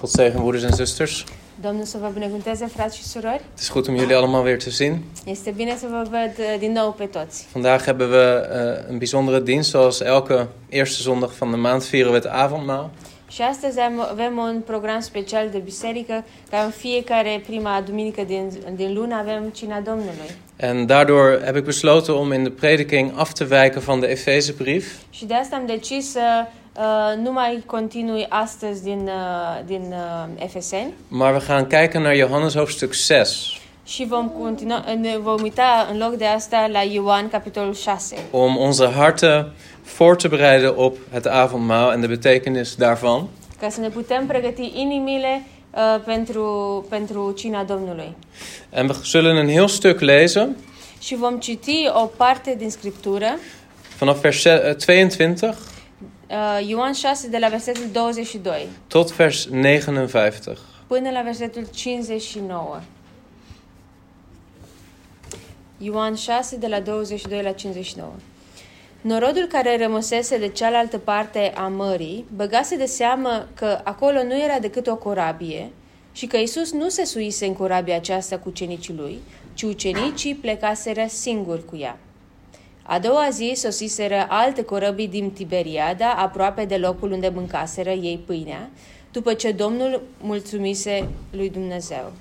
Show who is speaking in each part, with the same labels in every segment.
Speaker 1: Gods zegen, broeders en zusters.
Speaker 2: Domnul să vă binecuvânteze, frați și surori.
Speaker 1: Het is goed om jullie allemaal weer te zien.
Speaker 2: Este bine să vă văd uh, din nou pe toți.
Speaker 1: Vandaag hebben we eh, een bijzondere dienst. Zoals elke eerste zondag van de maand vieren we het avondmaal.
Speaker 2: Și astăzi am, avem un program special de biserică, ca în fiecare prima duminică din, din lună avem Cina Domnului.
Speaker 1: En daardoor heb ik besloten om in de prediking af te wijken van de Efezebrief.
Speaker 2: Și de asta am decis să uh, nu mai continui astăzi din, uh, din uh, Efeseni
Speaker 1: Maar we gaan kijken naar Johannes hoofdstuk 6.
Speaker 2: și vom, continua, ne vom uita în loc de asta la Ioan, capitolul 6,
Speaker 1: Om onze harten voor te bereiden op het avondmaal en de betekenis daarvan.
Speaker 2: ca să ne putem pregăti inimile uh, pentru, pentru Cina Domnului.
Speaker 1: En we zullen een heel stuk lezen
Speaker 2: Și vom citi o parte din Scriptură,
Speaker 1: vanaf vers eh, 22
Speaker 2: uh, Ioan 6, de la versetul 22
Speaker 1: tot vers 59.
Speaker 2: până la versetul 59. Ioan 6, de la 22 la 59. Norodul care rămăsese de cealaltă parte a mării băgase de seamă că acolo nu era decât o corabie și că Isus nu se suise în corabia aceasta cu ucenicii lui, ci ucenicii plecaseră singuri cu ea. A doua zi sosiseră alte corăbii din Tiberiada, aproape de locul unde mâncaseră ei pâinea, după ce Domnul mulțumise lui Dumnezeu.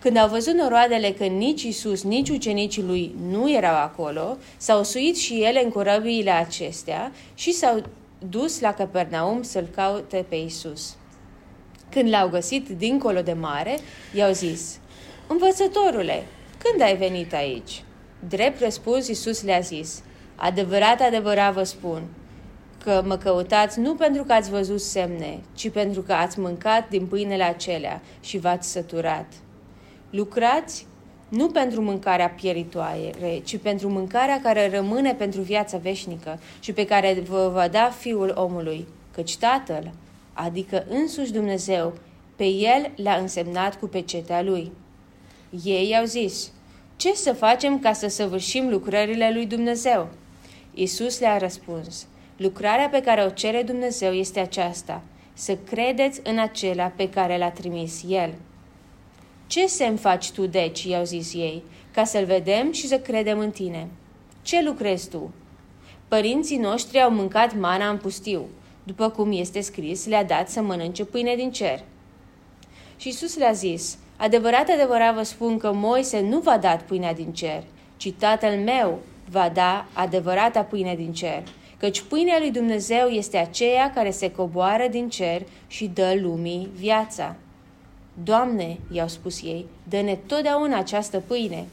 Speaker 2: Când au văzut noroadele că nici Isus, nici ucenicii lui nu erau acolo, s-au suit și ele în corăbiile acestea și s-au dus la Capernaum să-l caute pe Isus. Când l-au găsit dincolo de mare, i-au zis, Învățătorule, când ai venit aici? Drept răspuns, Iisus le-a zis, Adevărat, adevărat vă spun, că mă căutați nu pentru că ați văzut semne, ci pentru că ați mâncat din pâinele acelea și v-ați săturat. Lucrați nu pentru mâncarea pieritoare, ci pentru mâncarea care rămâne pentru viața veșnică și pe care vă va da Fiul omului, căci Tatăl, adică însuși Dumnezeu, pe El l-a însemnat cu pecetea Lui. Ei au zis, ce să facem ca să săvârșim lucrările lui Dumnezeu? Isus le-a răspuns, lucrarea pe care o cere Dumnezeu este aceasta, să credeți în acela pe care l-a trimis El. Ce semn faci tu deci, i-au zis ei, ca să-l vedem și să credem în tine? Ce lucrezi tu? Părinții noștri au mâncat mana în pustiu, după cum este scris, le-a dat să mănânce pâine din cer. Și Isus le-a zis, adevărat, adevărat vă spun că Moise nu v-a dat pâinea din cer, ci tatăl meu va da adevărata pâine din cer, căci pâinea lui Dumnezeu este aceea care se coboară din cer și dă lumii viața. Doamne, i-au spus ei, dă-ne totdeauna această pâine.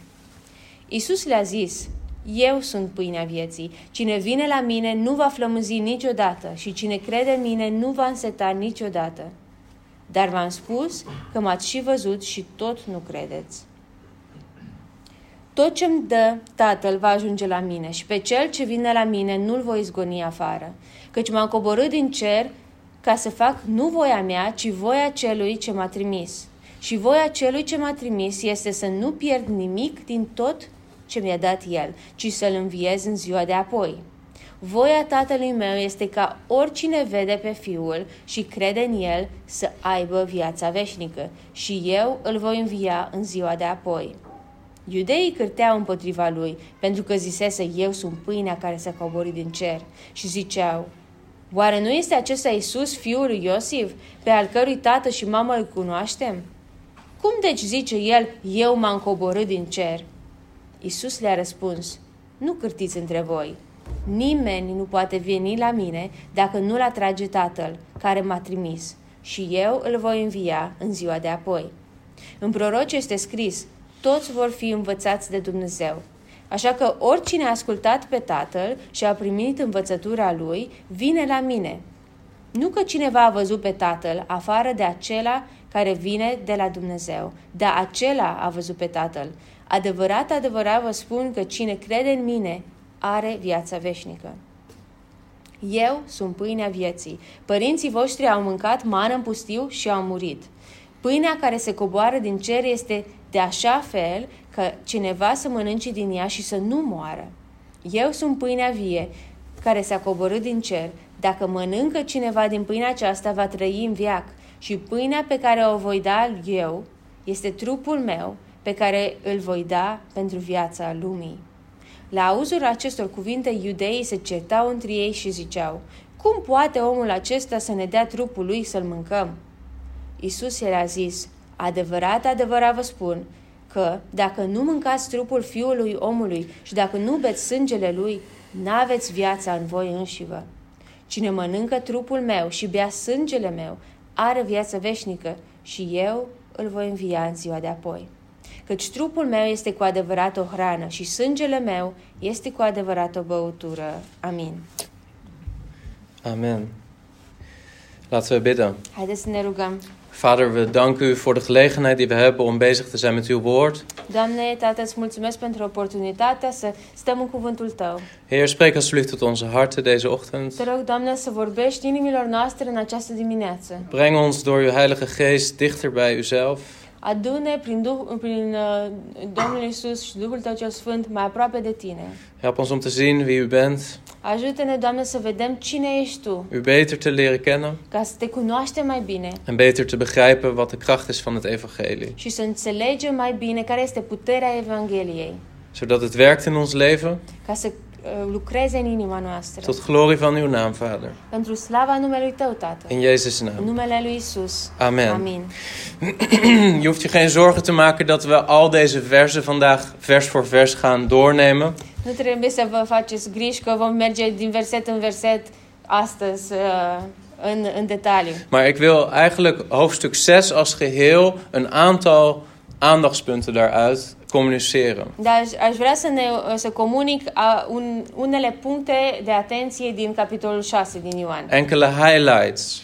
Speaker 2: Isus le-a zis, eu sunt pâinea vieții. Cine vine la mine nu va flămâzi niciodată și cine crede în mine nu va înseta niciodată. Dar v-am spus că m-ați și văzut și tot nu credeți. Tot ce-mi dă Tatăl va ajunge la mine și pe cel ce vine la mine nu-l voi izgoni afară, căci m-am coborât din cer ca să fac nu voia mea, ci voia celui ce m-a trimis. Și voia celui ce m-a trimis este să nu pierd nimic din tot ce mi-a dat el, ci să-l înviez în ziua de apoi. Voia Tatălui meu este ca oricine vede pe Fiul și crede în El să aibă viața veșnică și eu îl voi învia în ziua de apoi. Iudeii cârteau împotriva lui, pentru că zisese, eu sunt pâinea care s-a coborât din cer. Și ziceau, oare nu este acesta Iisus, fiul lui Iosif, pe al cărui tată și mamă îl cunoaștem? Cum deci zice el, eu m-am coborât din cer? Iisus le-a răspuns, nu cârtiți între voi. Nimeni nu poate veni la mine dacă nu-l atrage tatăl care m-a trimis și eu îl voi învia în ziua de apoi. În proroci este scris, toți vor fi învățați de Dumnezeu. Așa că oricine a ascultat pe Tatăl și a primit învățătura lui, vine la mine. Nu că cineva a văzut pe Tatăl afară de acela care vine de la Dumnezeu, dar acela a văzut pe Tatăl. Adevărat, adevărat vă spun că cine crede în mine are viața veșnică. Eu sunt pâinea vieții. Părinții voștri au mâncat mană în pustiu și au murit. Pâinea care se coboară din cer este de așa fel că cineva să mănânce din ea și să nu moară. Eu sunt pâinea vie care s-a coborât din cer. Dacă mănâncă cineva din pâinea aceasta, va trăi în veac. și pâinea pe care o voi da eu este trupul meu pe care îl voi da pentru viața lumii. La auzul acestor cuvinte, iudeii se certau între ei și ziceau, Cum poate omul acesta să ne dea trupul lui să-l mâncăm? Isus le-a zis, Adevărat, adevărat vă spun, că dacă nu mâncați trupul fiului omului și dacă nu beți sângele lui, n-aveți viața în voi înșivă. Cine mănâncă trupul meu și bea sângele meu, are viață veșnică și eu îl voi învia în ziua de apoi. Căci trupul meu este cu adevărat o hrană și sângele meu este cu adevărat o băutură. Amin.
Speaker 1: Amen. Laten we bidden.
Speaker 2: Haideți să ne rugăm.
Speaker 1: Vader, we danken u voor de gelegenheid die we hebben om bezig te zijn met uw woord.
Speaker 2: Doamne, Tată, îți mulțumesc pentru oportunitatea să stăm în cuvântul Tău.
Speaker 1: Heer, spreek alsjeblieft tot onze harten deze ochtend.
Speaker 2: Te rog, Doamne, să vorbești inimilor noastre în această dimineață.
Speaker 1: Breng ons door uw Heilige Geest dichter bij uzelf.
Speaker 2: Adune prin, Duh, prin uh, Domnul Isus și Duhul Tău cel Sfânt mai aproape de Tine.
Speaker 1: Help ons om te zien wie u bent,
Speaker 2: Ajută-ne, Doamne, să vedem cine ești Tu,
Speaker 1: u beter te leren kennen
Speaker 2: ca să Te cunoaștem mai bine
Speaker 1: en beter te begrijpen wat de kracht is van het Evangelie.
Speaker 2: și să înțelegem mai bine care este puterea Evangheliei,
Speaker 1: Zodat het werkt in ons leven
Speaker 2: ca să uh, lucreze în inima noastră.
Speaker 1: tot glorie van uw naam, Vader.
Speaker 2: Pentru slava numelui Tău, Tată.
Speaker 1: In Jezus'
Speaker 2: În
Speaker 1: naam.
Speaker 2: numele lui Isus.
Speaker 1: Amen.
Speaker 2: Amin.
Speaker 1: Je hoeft je geen zorgen te maken dat we al deze versen vandaag vers voor vers gaan doornemen.
Speaker 2: Nu trebuie să vă faceți griji că vom merge din verset în verset astăzi uh, în, în detaliu.
Speaker 1: Maar ik wil eigenlijk hoofdstuk 6 als geheel een aantal aandachtspunten daaruit communiceren.
Speaker 2: Dar aș, aș vrea să, ne, uh, să comunic a, un, unele puncte de atenție din capitolul 6 din Ioan.
Speaker 1: Enkele highlights.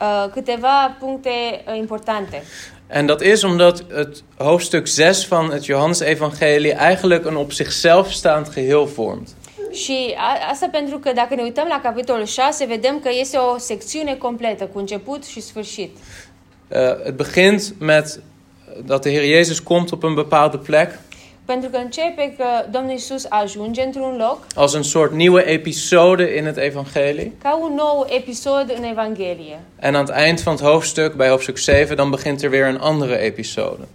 Speaker 2: Uh, câteva puncte uh, importante.
Speaker 1: En dat is omdat het hoofdstuk 6 van het Johannesevangelie eigenlijk een op zichzelf staand geheel vormt.
Speaker 2: Și a, asta pentru că dacă ne uităm la capitolul 6, vedem că este o secțiune completă, cu început și sfârșit.
Speaker 1: Eh, het begint met dat de Heer Jezus komt op een bepaalde plek
Speaker 2: Pentru că începe că Domnul Isus ajunge într-un loc
Speaker 1: als een soort nieuwe episode in het Evangelie.
Speaker 2: ca un nou episod în Evanghelie.
Speaker 1: En aan het eind van het hoofdstuk, bij hoofdstuk 7, dan begint er weer een andere episode.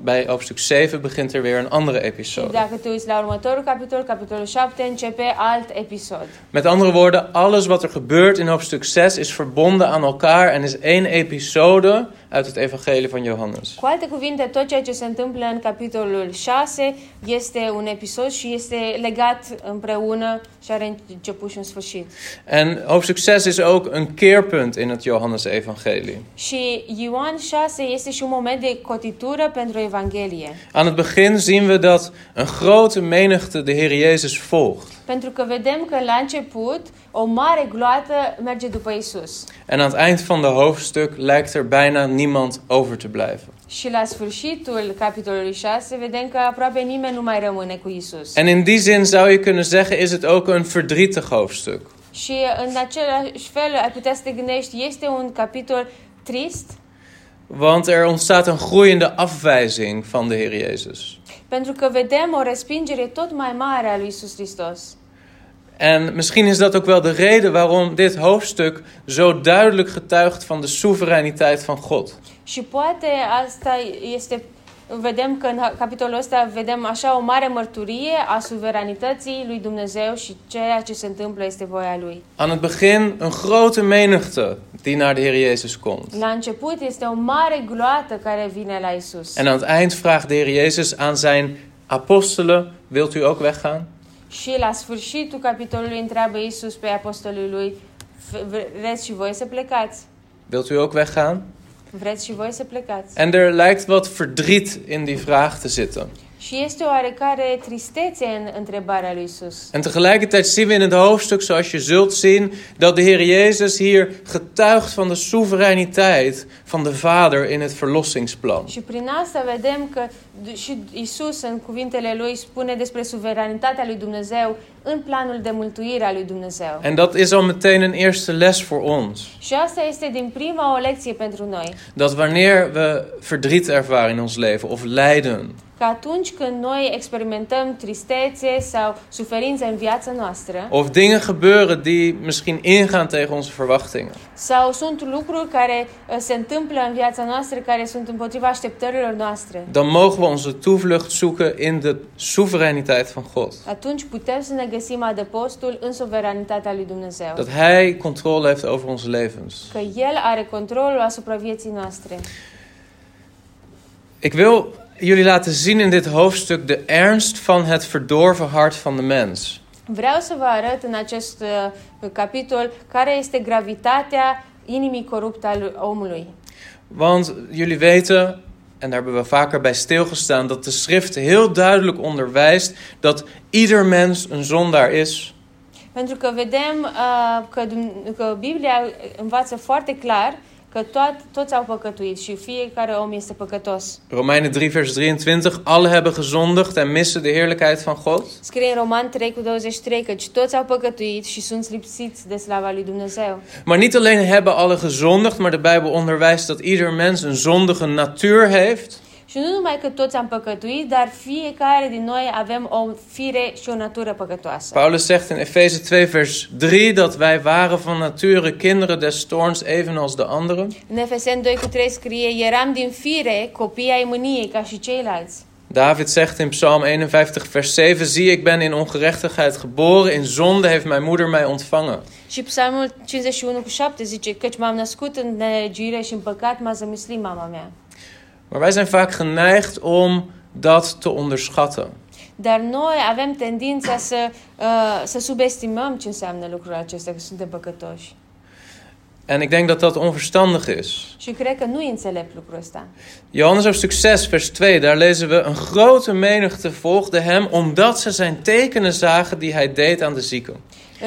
Speaker 1: Bij hoofdstuk 7 begint er weer een andere
Speaker 2: Și
Speaker 1: episode.
Speaker 2: Deci dacă te uiți la următorul capitol, capitolul 7, începe alt episod.
Speaker 1: Met andere woorden, alles wat er gebeurt in hoofdstuk 6 is verbonden aan elkaar en is één episode uit het Evangelie van Johannes.
Speaker 2: Cu alte cuvinte, tot ceea ce se întâmplă în capitolul 6 este un episod și este legat împreună și are început și un sfârșit.
Speaker 1: En hoofdstuk 6 is ook een keerpunt in het Johannes-evangelie.
Speaker 2: Și Ioan 6 este și un moment de cotitură pentru Evanghelie.
Speaker 1: Aan het begin zien we dat een grote menigte de Heer Jezus volgt.
Speaker 2: Pentru că vedem că la început o mare gloată merge după Isus.
Speaker 1: En aan het eind van de hoofdstuk lijkt er bijna niemand over te blijven.
Speaker 2: Și la sfârșitul capitolului 6 vedem că aproape nimeni nu mai rămâne cu Isus.
Speaker 1: En in die zin zou je kunnen zeggen is het ook een verdrietig hoofdstuk.
Speaker 2: Și uh, în același fel ai putea să te gândești, este un capitol trist?
Speaker 1: Want er ontstaat een groeiende afwijzing van de Heer Jezus.
Speaker 2: Pentru că vedem o respingere tot mai mare a lui Isus Hristos.
Speaker 1: En misschien is dat ook wel de reden waarom dit hoofdstuk zo duidelijk getuigt van de soevereiniteit van God.
Speaker 2: Și poate asta este, vedem că în capitolul ăsta vedem așa o mare mărturie a suveranității lui Dumnezeu și ceea ce se întâmplă este voia lui.
Speaker 1: Aan het begin een grote menigte die naar de Heer Jezus komt.
Speaker 2: La început este o mare gloată care vine la Isus.
Speaker 1: En aan het eind vraagt de Heer Jezus aan zijn apostelen: Wilt u ook weggaan?
Speaker 2: Și la sfârșitul capitolului întreabă Isus pe apostolul lui, "V- vreți și voi să plecați?
Speaker 1: Wilt u ook weggaan?
Speaker 2: Vreți și voi să plecați?
Speaker 1: En er lijkt wat verdriet in die vraag te zitten.
Speaker 2: Și este oarecare tristețe în întrebarea lui Isus.
Speaker 1: En tegelijkertijd zien we in het hoofdstuk, zoals je zult zien, dat de Heer Jezus hier getuigt van de soevereiniteit van de Vader in het verlossingsplan.
Speaker 2: Și prin asta vedem că d- și Isus în cuvintele lui spune despre suveranitatea lui Dumnezeu în planul de mântuire a lui Dumnezeu.
Speaker 1: En dat is al meteen een eerste les voor ons.
Speaker 2: Și asta este din prima o lecție pentru noi.
Speaker 1: Dat wanneer we verdriet ervaren in ons leven of lijden,
Speaker 2: că atunci când noi experimentăm tristețe sau suferințe în viața noastră,
Speaker 1: Of dingen gebeuren die misschien ingaan tegen onze verwachtingen.
Speaker 2: sau sunt lucruri care uh, se întâmplă în viața noastră care sunt împotriva așteptărilor noastre,
Speaker 1: Dan mogen we onze toevlucht zoeken in de soevereiniteit van God.
Speaker 2: atunci putem să ne găsim adăpostul în suveranitatea lui Dumnezeu.
Speaker 1: Dat Hij controle heeft over onze levens.
Speaker 2: Că El are controlul asupra vieții noastre.
Speaker 1: Ik wil jullie laten zien in dit hoofdstuk de ernst van het verdorven hart van de mens.
Speaker 2: Vreau să vă arăt în acest uh, capitol care este gravitatea inimii corupte al omului.
Speaker 1: Want jullie weten, en daar hebben we vaker bij stilgestaan, dat de schrift heel duidelijk onderwijst dat ieder mens een zondaar is.
Speaker 2: Pentru că vedem uh, că, Dum- că Biblia învață foarte clar că toat, toți au păcătuit și fiecare om este păcătos.
Speaker 1: Romeinen 3, vers 23. Alle hebben gezondigd en missen de heerlijkheid van God.
Speaker 2: Scrie în Roman 3 cu 23 căci toți au păcătuit și sunt lipsiți de slava lui Dumnezeu.
Speaker 1: Maar niet alleen hebben alle gezondigd, maar de Bijbel onderwijst dat ieder mens een zondige natuur heeft.
Speaker 2: Și nu numai că toți am păcătuit, dar fiecare din noi avem o fire și o natură păcătoasă.
Speaker 1: Paulus zegt in Efeze 2, vers 3 dat wij waren van nature kinderen des toorns, evenals de anderen.
Speaker 2: În Efeseni 2 cu 3 scrie, eram din fire copii ai mâniei ca și ceilalți.
Speaker 1: David zegt in Psalm 51, vers 7: Zie, ik ben in ongerechtigheid geboren, in zonde heeft mijn moeder mij ontvangen.
Speaker 2: Și Psalmul 51 cu 7 zice, căci m-am născut în nelegire și în păcat m-a zămislit mama mea.
Speaker 1: Maar wij zijn vaak geneigd om dat te onderschatten.
Speaker 2: Dar noi avem tendința să, uh, să subestimăm ce înseamnă lucrul acesta, că suntem păcătoși.
Speaker 1: En ik denk dat dat onverstandig is.
Speaker 2: Și cred că nu e înțelept lucrul ăsta.
Speaker 1: Johannes hoofdstuk 6, vers 2, daar lezen we: Een grote menigte volgde hem, omdat ze zijn tekenen zagen die hij deed aan de zieken.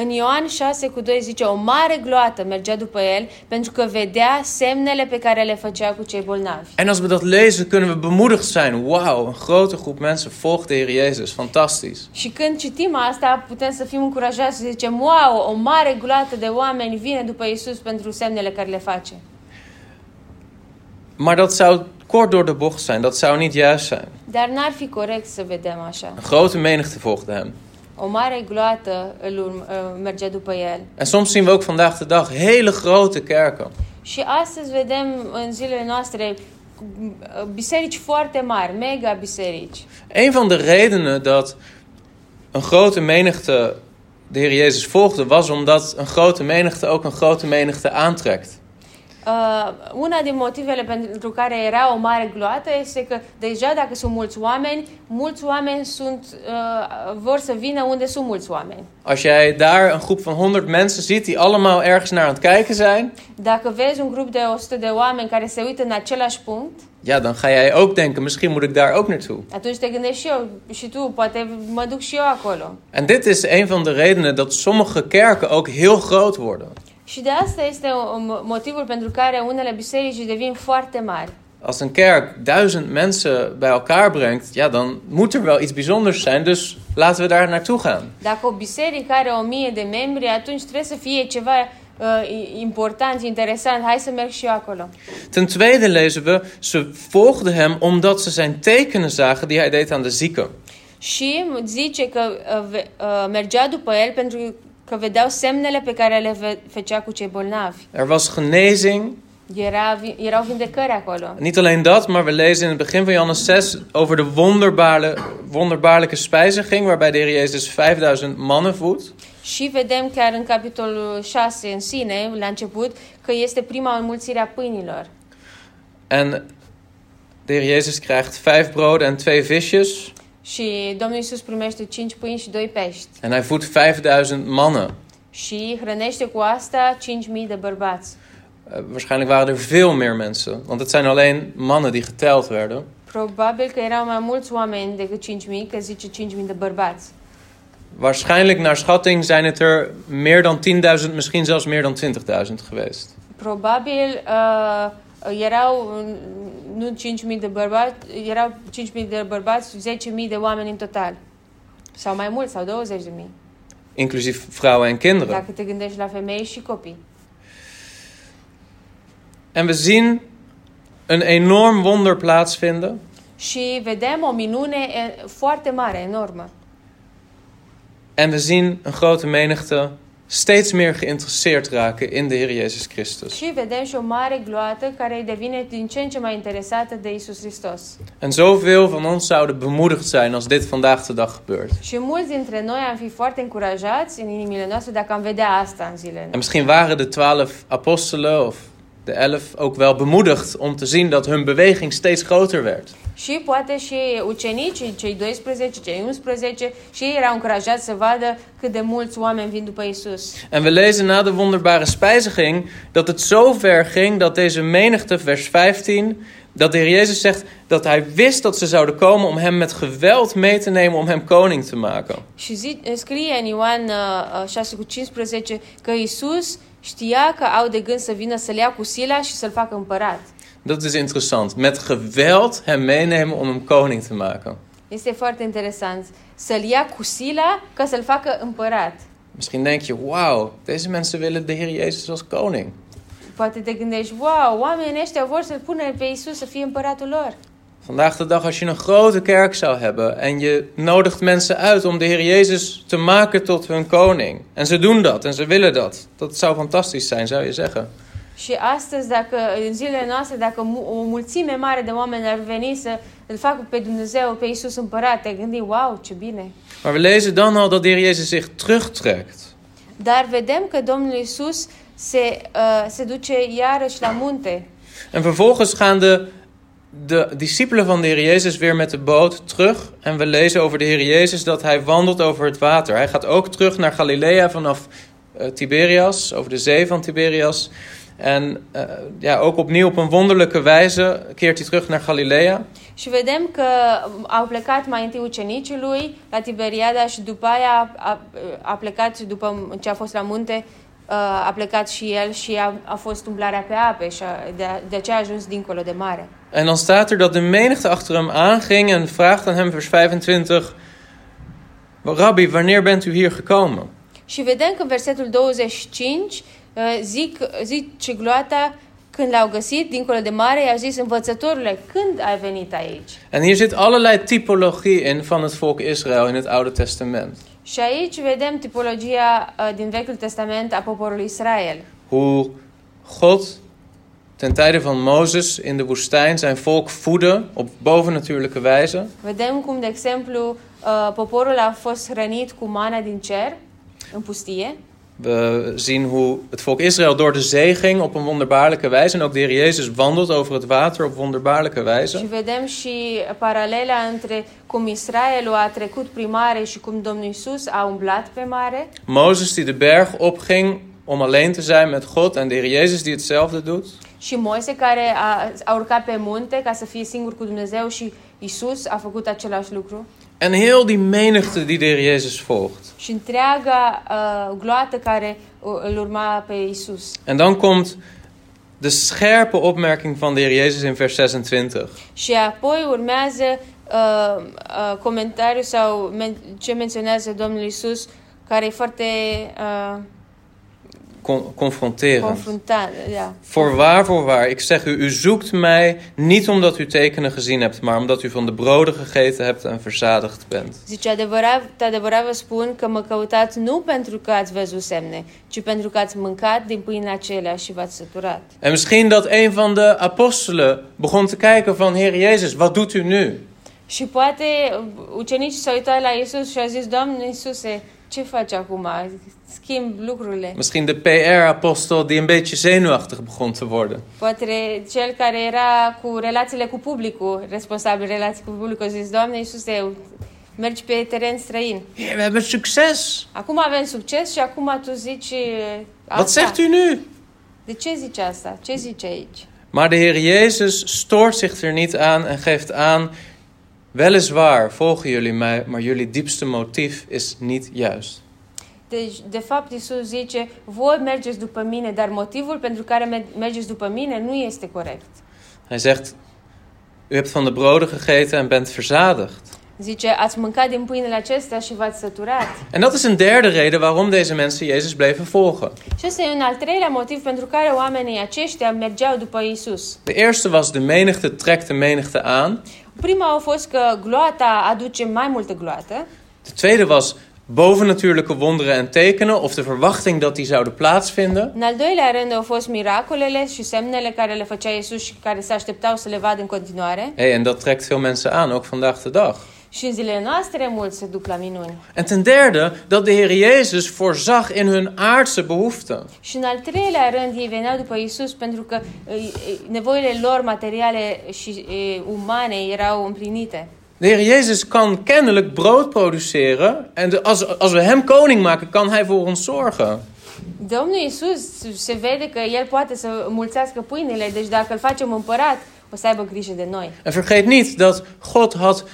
Speaker 2: În Ioan 6 cu 2 zice, o mare gloată mergea după el pentru că vedea semnele pe care le făcea cu cei bolnavi.
Speaker 1: En als we dat lezen, kunnen we bemoedigd zijn. Wauw, een grote groep mensen volgt de Heer Jezus. Fantastisch.
Speaker 2: Și când citim asta, putem să fim încurajați să zicem, wow, o mare gloată de oameni vine după Isus pentru semnele care le face.
Speaker 1: Maar dat zou kort door de bocht zijn, dat zou niet juist zijn.
Speaker 2: Dar n-ar fi corect să vedem așa.
Speaker 1: Een grote menigte volgde hem.
Speaker 2: O mare gloată îl urm- uh, merge după el.
Speaker 1: En soms zien we ook vandaag de dag hele grote kerken.
Speaker 2: Și astăzi vedem în zilele noastre uh, biserici foarte mari, mega biserici.
Speaker 1: Een van de redenen dat een grote menigte de Heer Jezus volgde, was omdat een grote menigte ook een grote menigte aantrekt.
Speaker 2: Uh, una din motivele pentru care era o mare gloată este că deja dacă sunt mulți oameni, mulți oameni sunt, uh, vor să vină unde sunt mulți oameni.
Speaker 1: Als jij daar een groep van 100 mensen ziet die allemaal ergens naar aan het kijken zijn,
Speaker 2: Dacă vezi un grup de 100 de oameni care se uită în același punct,
Speaker 1: ja, dan ga jij ook denken: misschien moet ik daar ook naartoe.
Speaker 2: atunci te gândești și eu și tu, poate mă duc și eu acolo.
Speaker 1: En dit is een van de redenen dat sommige kerken ook heel groot worden.
Speaker 2: Și de asta este o- mo- motivul pentru care unele biserici devin foarte mari.
Speaker 1: Als een kerk duizend mensen bij elkaar brengt, ja, dan moet er wel iets bijzonders zijn. Dus laten we daar naartoe gaan.
Speaker 2: Dacă o biserică are o mie de membri, atunci trebuie să fie ceva uh, i- important, interesant. Hai să merg și eu acolo.
Speaker 1: Ten tweede lezen we, ze volgden hem omdat ze zijn tekenen zagen die hij deed aan de zieken.
Speaker 2: Și zice că uh, ve- uh, mergea după el pentru că vedeau semnele pe care le ve- făcea cu cei bolnavi.
Speaker 1: Er was genezing.
Speaker 2: Era, vi- erau vindecări acolo.
Speaker 1: Niet alleen dat, maar we lezen in het begin van Johannes 6 over de wonderbaarle- wonderbaarlijke spijziging waarbij de Heer Jezus 5000 mannen voedt.
Speaker 2: Și vedem chiar în capitolul 6 în sine, la început, că este prima înmulțire a pâinilor.
Speaker 1: En de Heer Jezus krijgt vijf broden en twee visjes.
Speaker 2: Și Domnul Iisus primește cinci pâini și doi pești
Speaker 1: En hij voedt 5000 mannen.
Speaker 2: și hrănește cu asta 5.000 de bărbați.
Speaker 1: Eh, waarschijnlijk waren er veel meer mensen. Want het zijn alleen mannen die geteld werden.
Speaker 2: Probabil că erau mai mulți oameni decât 5.000, că zice 5.000 de bărbați.
Speaker 1: Waarschijnlijk naar schatting zijn het er meer dan 10.000, misschien zelfs meer dan 20.000 geweest.
Speaker 2: Probabil uh, erau uh, nu 5.000 de bărbați, erau 5.000 de bărbați, 10.000 de oameni în total. Sau mai mult, sau 20.000,
Speaker 1: Inclusief vrouwen en kinderen.
Speaker 2: dacă te gândești la femei și copii.
Speaker 1: En we zien een enorm wonder plaatsvinden.
Speaker 2: și vedem o minune e, foarte mare, enormă.
Speaker 1: En we zien een grote menigte steeds meer geïnteresseerd raken in de Heer Jezus Christus.
Speaker 2: Și vedem și o mare gloată care îi devine din ce în ce mai interesată de Isus Hristos.
Speaker 1: En zoveel van ons zouden bemoedigd zijn als dit vandaag de dag gebeurt.
Speaker 2: Și mulți dintre noi am fi foarte încurajați în inimile noastre dacă am vedea asta în zilele
Speaker 1: En
Speaker 2: noastre.
Speaker 1: misschien waren de twaalf apostelen of de elf ook wel bemoedigd om te zien dat hun beweging steeds groter werd.
Speaker 2: Și poate și ucenicii, cei 12, cei 11, și ei erau încurajați să vadă cât de mulți oameni vin după Isus.
Speaker 1: En we lezen na de wonderbare spijziging dat het zo ver ging dat deze menigte, vers 15, dat de Heer Jezus zegt dat hij wist dat ze zouden komen om hem met geweld mee te nemen om hem koning te maken.
Speaker 2: Și zi, scrie în Ioan uh, uh, 6 cu 15 că Isus știa că au de gând să vină să-l ia cu sila și să-l facă împărat.
Speaker 1: Dat is interessant. Met geweld hem meenemen om hem koning te maken.
Speaker 2: Este foarte interesant. Să-l ia cu sila ca să-l facă împărat.
Speaker 1: Misschien denk je, wauw, deze mensen willen de Heer Jezus als koning.
Speaker 2: Poate te gândești, wow, oamenii ăștia vor să-l pună pe Isus să fie împăratul lor.
Speaker 1: Vandaag de dag, als je een grote kerk zou hebben en je nodigt mensen uit om de Heer Jezus te maken tot hun koning. En ze doen dat en ze willen dat. Dat zou fantastisch zijn, zou je zeggen.
Speaker 2: Și astăzi, dacă, în zilele noastre, dacă mu- o mulțime mare de oameni ar veni să îl facă pe Dumnezeu, pe Isus împărat, te gândi, wow, ce bine.
Speaker 1: Maar we lezen dan al dat de Heer Jezus zich terugtrekt.
Speaker 2: Dar vedem că Domnul Isus se, uh, se duce iarăși la munte.
Speaker 1: En vervolgens gaan de, de discipelen van de Heer Jezus weer met de boot terug. En we lezen over de Heer Jezus dat hij wandelt over het water. Hij gaat ook terug naar Galilea vanaf eh, Tiberias, over de zee van Tiberias. En eh, ja, ook opnieuw op een wonderlijke wijze keert hij terug naar Galilea.
Speaker 2: Și vedem că au plecat mai întâi ucenicii lui la Tiberiada și după aia a, a plecat, și după ce a fost la munte, uh, a plecat și el și a, a fost umblarea pe ape și a, de, de aceea a ajuns dincolo de mare.
Speaker 1: En dan staat er dat de menigte achter hem aanging en vraagt aan hem, vers 25: Rabbi, wanneer bent u hier gekomen?
Speaker 2: Și vedem că în versetul 25 uh, zic, zice gloata când l-au găsit dincolo de mare, i-a zis învățătorule, când ai venit aici?
Speaker 1: En hier zit allerlei typologie in van het volk Israël in het Oude Testament.
Speaker 2: Și aici vedem tipologia uh, din Vechiul Testament a poporului Israel.
Speaker 1: Hoe God ten tijde van Mozes in de woestijn zijn volk voedde op bovennatuurlijke wijze.
Speaker 2: Vedem cum, de exemplu, uh, poporul a fost hrănit cu mana din cer, în pustie.
Speaker 1: We zien hoe het volk Israël door de zee ging op een wonderbaarlijke wijze. En ook de Heer Jezus wandelt over het water op wonderbaarlijke
Speaker 2: Și
Speaker 1: wijze.
Speaker 2: vedem și paralela între cum Israelul a trecut prin mare și cum Domnul Isus a umblat pe mare.
Speaker 1: Mozes die de berg opging om alleen te zijn met God. En de Heer Jezus die hetzelfde doet.
Speaker 2: Și Moise care a, a urcat pe munte ca să fie singur cu Dumnezeu și Isus a făcut același lucru.
Speaker 1: En heel die menigte die de Heer Jezus volgt.
Speaker 2: Și întreaga uh, gloată care uh, îl urma pe Isus.
Speaker 1: En dan komt de scherpe opmerking van de heer Jezus in vers 26.
Speaker 2: Și apoi urmează uh, uh, comentariul sau men- ce menționează Domnul Isus, care e foarte uh,
Speaker 1: Con- confronterend.
Speaker 2: confruntat. Da.
Speaker 1: Voorwaar, voorwaar, ik zeg u, u zoekt mij niet omdat u tekenen gezien hebt, maar omdat u van de broden gegeten hebt en verzadigd bent.
Speaker 2: Zice, adevărat, adevărat vă spun că mă căutați nu pentru că ați văzut semne, ci pentru că ați mâncat din pâinea acelea și v-ați săturat.
Speaker 1: En misschien dat een van de apostelen begon te kijken van, heer Jezus, wat doet u nu?
Speaker 2: Și poate uh, ucenicii s-au uitat la Isus și au zis, Doamne Iisuse, ce faci acum? Schimb lucrurile.
Speaker 1: Misschien de PR-apostel die een beetje zenuwachtig begon te worden.
Speaker 2: Poate cel care era cu relațiile cu publicul, responsabil relații cu publicul, a zis, Doamne Iisuse, mergi pe teren străin.
Speaker 1: Heer, we hebben succes.
Speaker 2: Acum avem succes și acum tu zici eh,
Speaker 1: Wat
Speaker 2: asta.
Speaker 1: zegt u nu?
Speaker 2: De ce zici asta? Ce zici aici?
Speaker 1: Maar de Heer Jezus stoort zich er niet aan en geeft aan: Weliswaar volgen jullie mij, maar jullie diepste motief is niet juist.
Speaker 2: Deci, de fapt, Iisus zice, voi mergeți după mine, dar motivul pentru care mer- mergeți după mine nu este corect.
Speaker 1: Hij zegt: U hebt van de broden gegeten en bent verzadigd.
Speaker 2: Zice, ați mâncat din pâinele acestea și v-ați săturat.
Speaker 1: En dat is een derde reden waarom deze mensen Jezus bleven volgen.
Speaker 2: Și ăsta e un al treilea motiv pentru care oamenii aceștia mergeau după Isus.
Speaker 1: De eerste was de menigte trekt de menigte aan.
Speaker 2: Prima a fost că gloata aduce mai multă gloată.
Speaker 1: De tweede was bovennatuurlijke wonderen en tekenen of de verwachting dat die zouden plaatsvinden.
Speaker 2: În al doilea rând au fost miracolele și semnele care le făcea Isus și care se așteptau să le vadă în continuare.
Speaker 1: Hey, en dat trekt veel mensen aan, ook vandaag de dag.
Speaker 2: Și în zilele noastre mulți se duc la minuni.
Speaker 1: En ten derde dat de Heer Jezus voorzag in hun aardse behoeften.
Speaker 2: Și în al treilea rând ei veneau după Isus pentru că îi- îi- nevoile lor materiale și e, umane erau împlinite.
Speaker 1: De Heer Jezus kan kennelijk brood produceren en de- als, als we Hem koning maken kan Hij voor ons zorgen.
Speaker 2: Domnul Isus se vede că El poate să mulțească pâinile, deci dacă îl facem împărat, o să aibă grijă de noi.
Speaker 1: En vergeet niet dat God had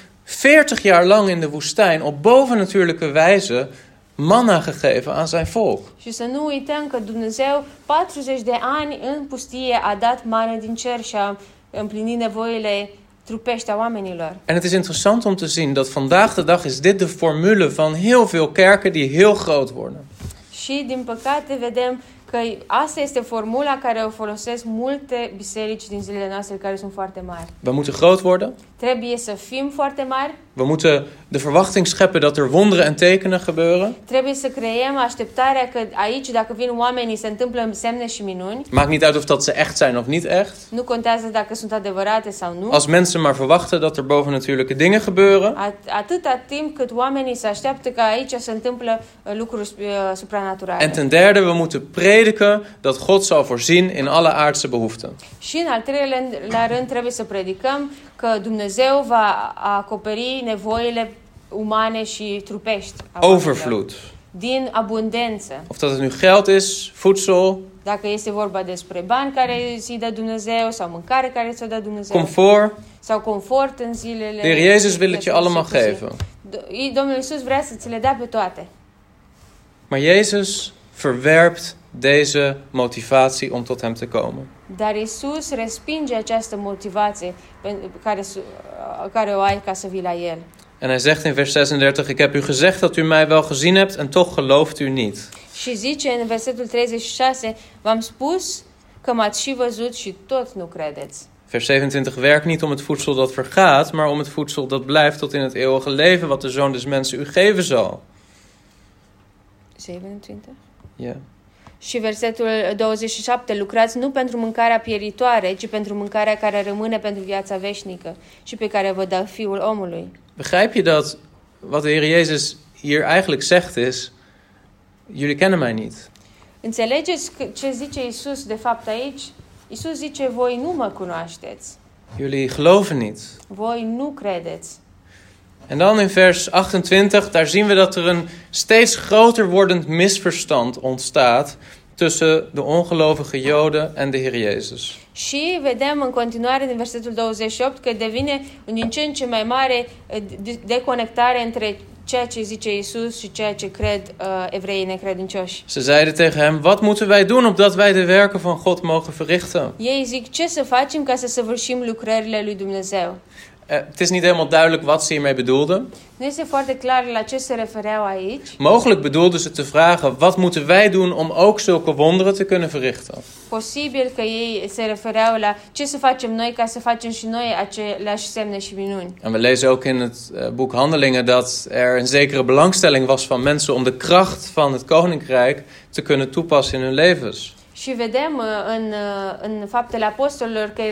Speaker 1: 40 jaar lang in de woestijn op bovennatuurlijke wijze manna gegeven aan zijn volk.
Speaker 2: Și să nu uităm că Dumnezeu 40 de ani în pustie a dat mană din cer și a împlinit nevoile trupești a oamenilor.
Speaker 1: En het is interessant om te zien dat vandaag de dag is dit de formule van heel veel kerken die heel groot worden.
Speaker 2: Și din păcate vedem că asta este formula care o folosesc multe biserici din zilele noastre care sunt foarte mari.
Speaker 1: We moeten groot worden.
Speaker 2: Trebuie să fim foarte mari,
Speaker 1: We moeten de verwachting scheppen dat er wonderen en tekenen gebeuren.
Speaker 2: trebuie să creăm așteptarea că aici, dacă vin oamenii, se întâmplă semne și minuni.
Speaker 1: Maakt niet uit of dat ze echt zijn of niet echt.
Speaker 2: Nu contează dacă sunt adevărate sau nu.
Speaker 1: Als mensen maar verwachten dat er bovennatuurlijke dingen gebeuren,
Speaker 2: At- atâta timp cât oamenii se așteaptă că aici se întâmplă uh, lucruri uh, supranaturale.
Speaker 1: En ten derde, we moeten prediken dat God zal voorzien in alle aardse behoeften.
Speaker 2: și în al treilea rând- la rând trebuie să predicăm că Dumnezeu va acoperi nevoile umane și trupești. a oamenilor.
Speaker 1: Overvloed.
Speaker 2: Din abundență.
Speaker 1: Of dat het nu geld is, voedsel,
Speaker 2: Dacă este vorba despre bani care ți-i dă Dumnezeu sau mâncare care ți-o dă Dumnezeu
Speaker 1: comfort.
Speaker 2: sau confort în zilele...
Speaker 1: De Heer Jezus wil het je allemaal
Speaker 2: Secuse.
Speaker 1: geven.
Speaker 2: Do- Domnul Iisus vrea să ți le dea pe toate.
Speaker 1: Maar Jezus verwerpt deze motivatie om tot hem te komen.
Speaker 2: Dar Isus respinge această motivație pe care, su- care o ai ca să vii la El.
Speaker 1: En hij zegt in vers 36, ik heb u gezegd dat u mij wel gezien hebt en toch gelooft u niet.
Speaker 2: Și zice în versetul 36, v-am spus că m-ați și văzut și tot nu credeți.
Speaker 1: Vers 27, werk niet om het voedsel dat vergaat, maar om het voedsel dat blijft tot in het eeuwige leven, wat de Zoon des Mensen u geven zal.
Speaker 2: 27?
Speaker 1: Ja.
Speaker 2: Și versetul 27, lucrați nu pentru mâncarea pieritoare, ci pentru mâncarea care rămâne pentru viața veșnică și pe care vă dă Fiul omului.
Speaker 1: Begrijp je dat wat de Heer Jezus hier eigenlijk zegt is: jullie kennen mij niet.
Speaker 2: Înțelegeți că- ce zice Isus de fapt aici? Isus zice, voi nu mă cunoașteți,
Speaker 1: Jullie geloven niet.
Speaker 2: voi nu credeți.
Speaker 1: En dan in vers 28, daar zien we dat er een steeds groter wordend misverstand ontstaat tussen de ongelovige Joden en de Heer Jezus.
Speaker 2: Și vedem în continuare din versetul 28 că devine din ce în ce mai mare eh, de- deconectare între ceea ce zice Isus și ceea ce cred uh, evreii necredincioși.
Speaker 1: Ze zeiden tegen hem: Wat moeten wij doen opdat wij de werken van God mogen verrichten?
Speaker 2: Ei zic ce să facem ca să săvârșim lucrările lui Dumnezeu.
Speaker 1: Eh, het is niet helemaal duidelijk wat ze hiermee bedoelden.
Speaker 2: Nu este foarte clar la ce se refereau aici.
Speaker 1: Mogelijk bedoelden ze te vragen: wat moeten wij doen om ook zulke wonderen te kunnen verrichten?
Speaker 2: Posibil că ei se refereau la ce să facem noi ca să facem și noi aceleași semne și minuni.
Speaker 1: En we lezen ook in het eh, boek Handelingen dat er een zekere belangstelling was van mensen om de kracht van het koninkrijk te kunnen toepassen in hun levens.
Speaker 2: Și vedem uh, în, uh, în faptele apostolilor că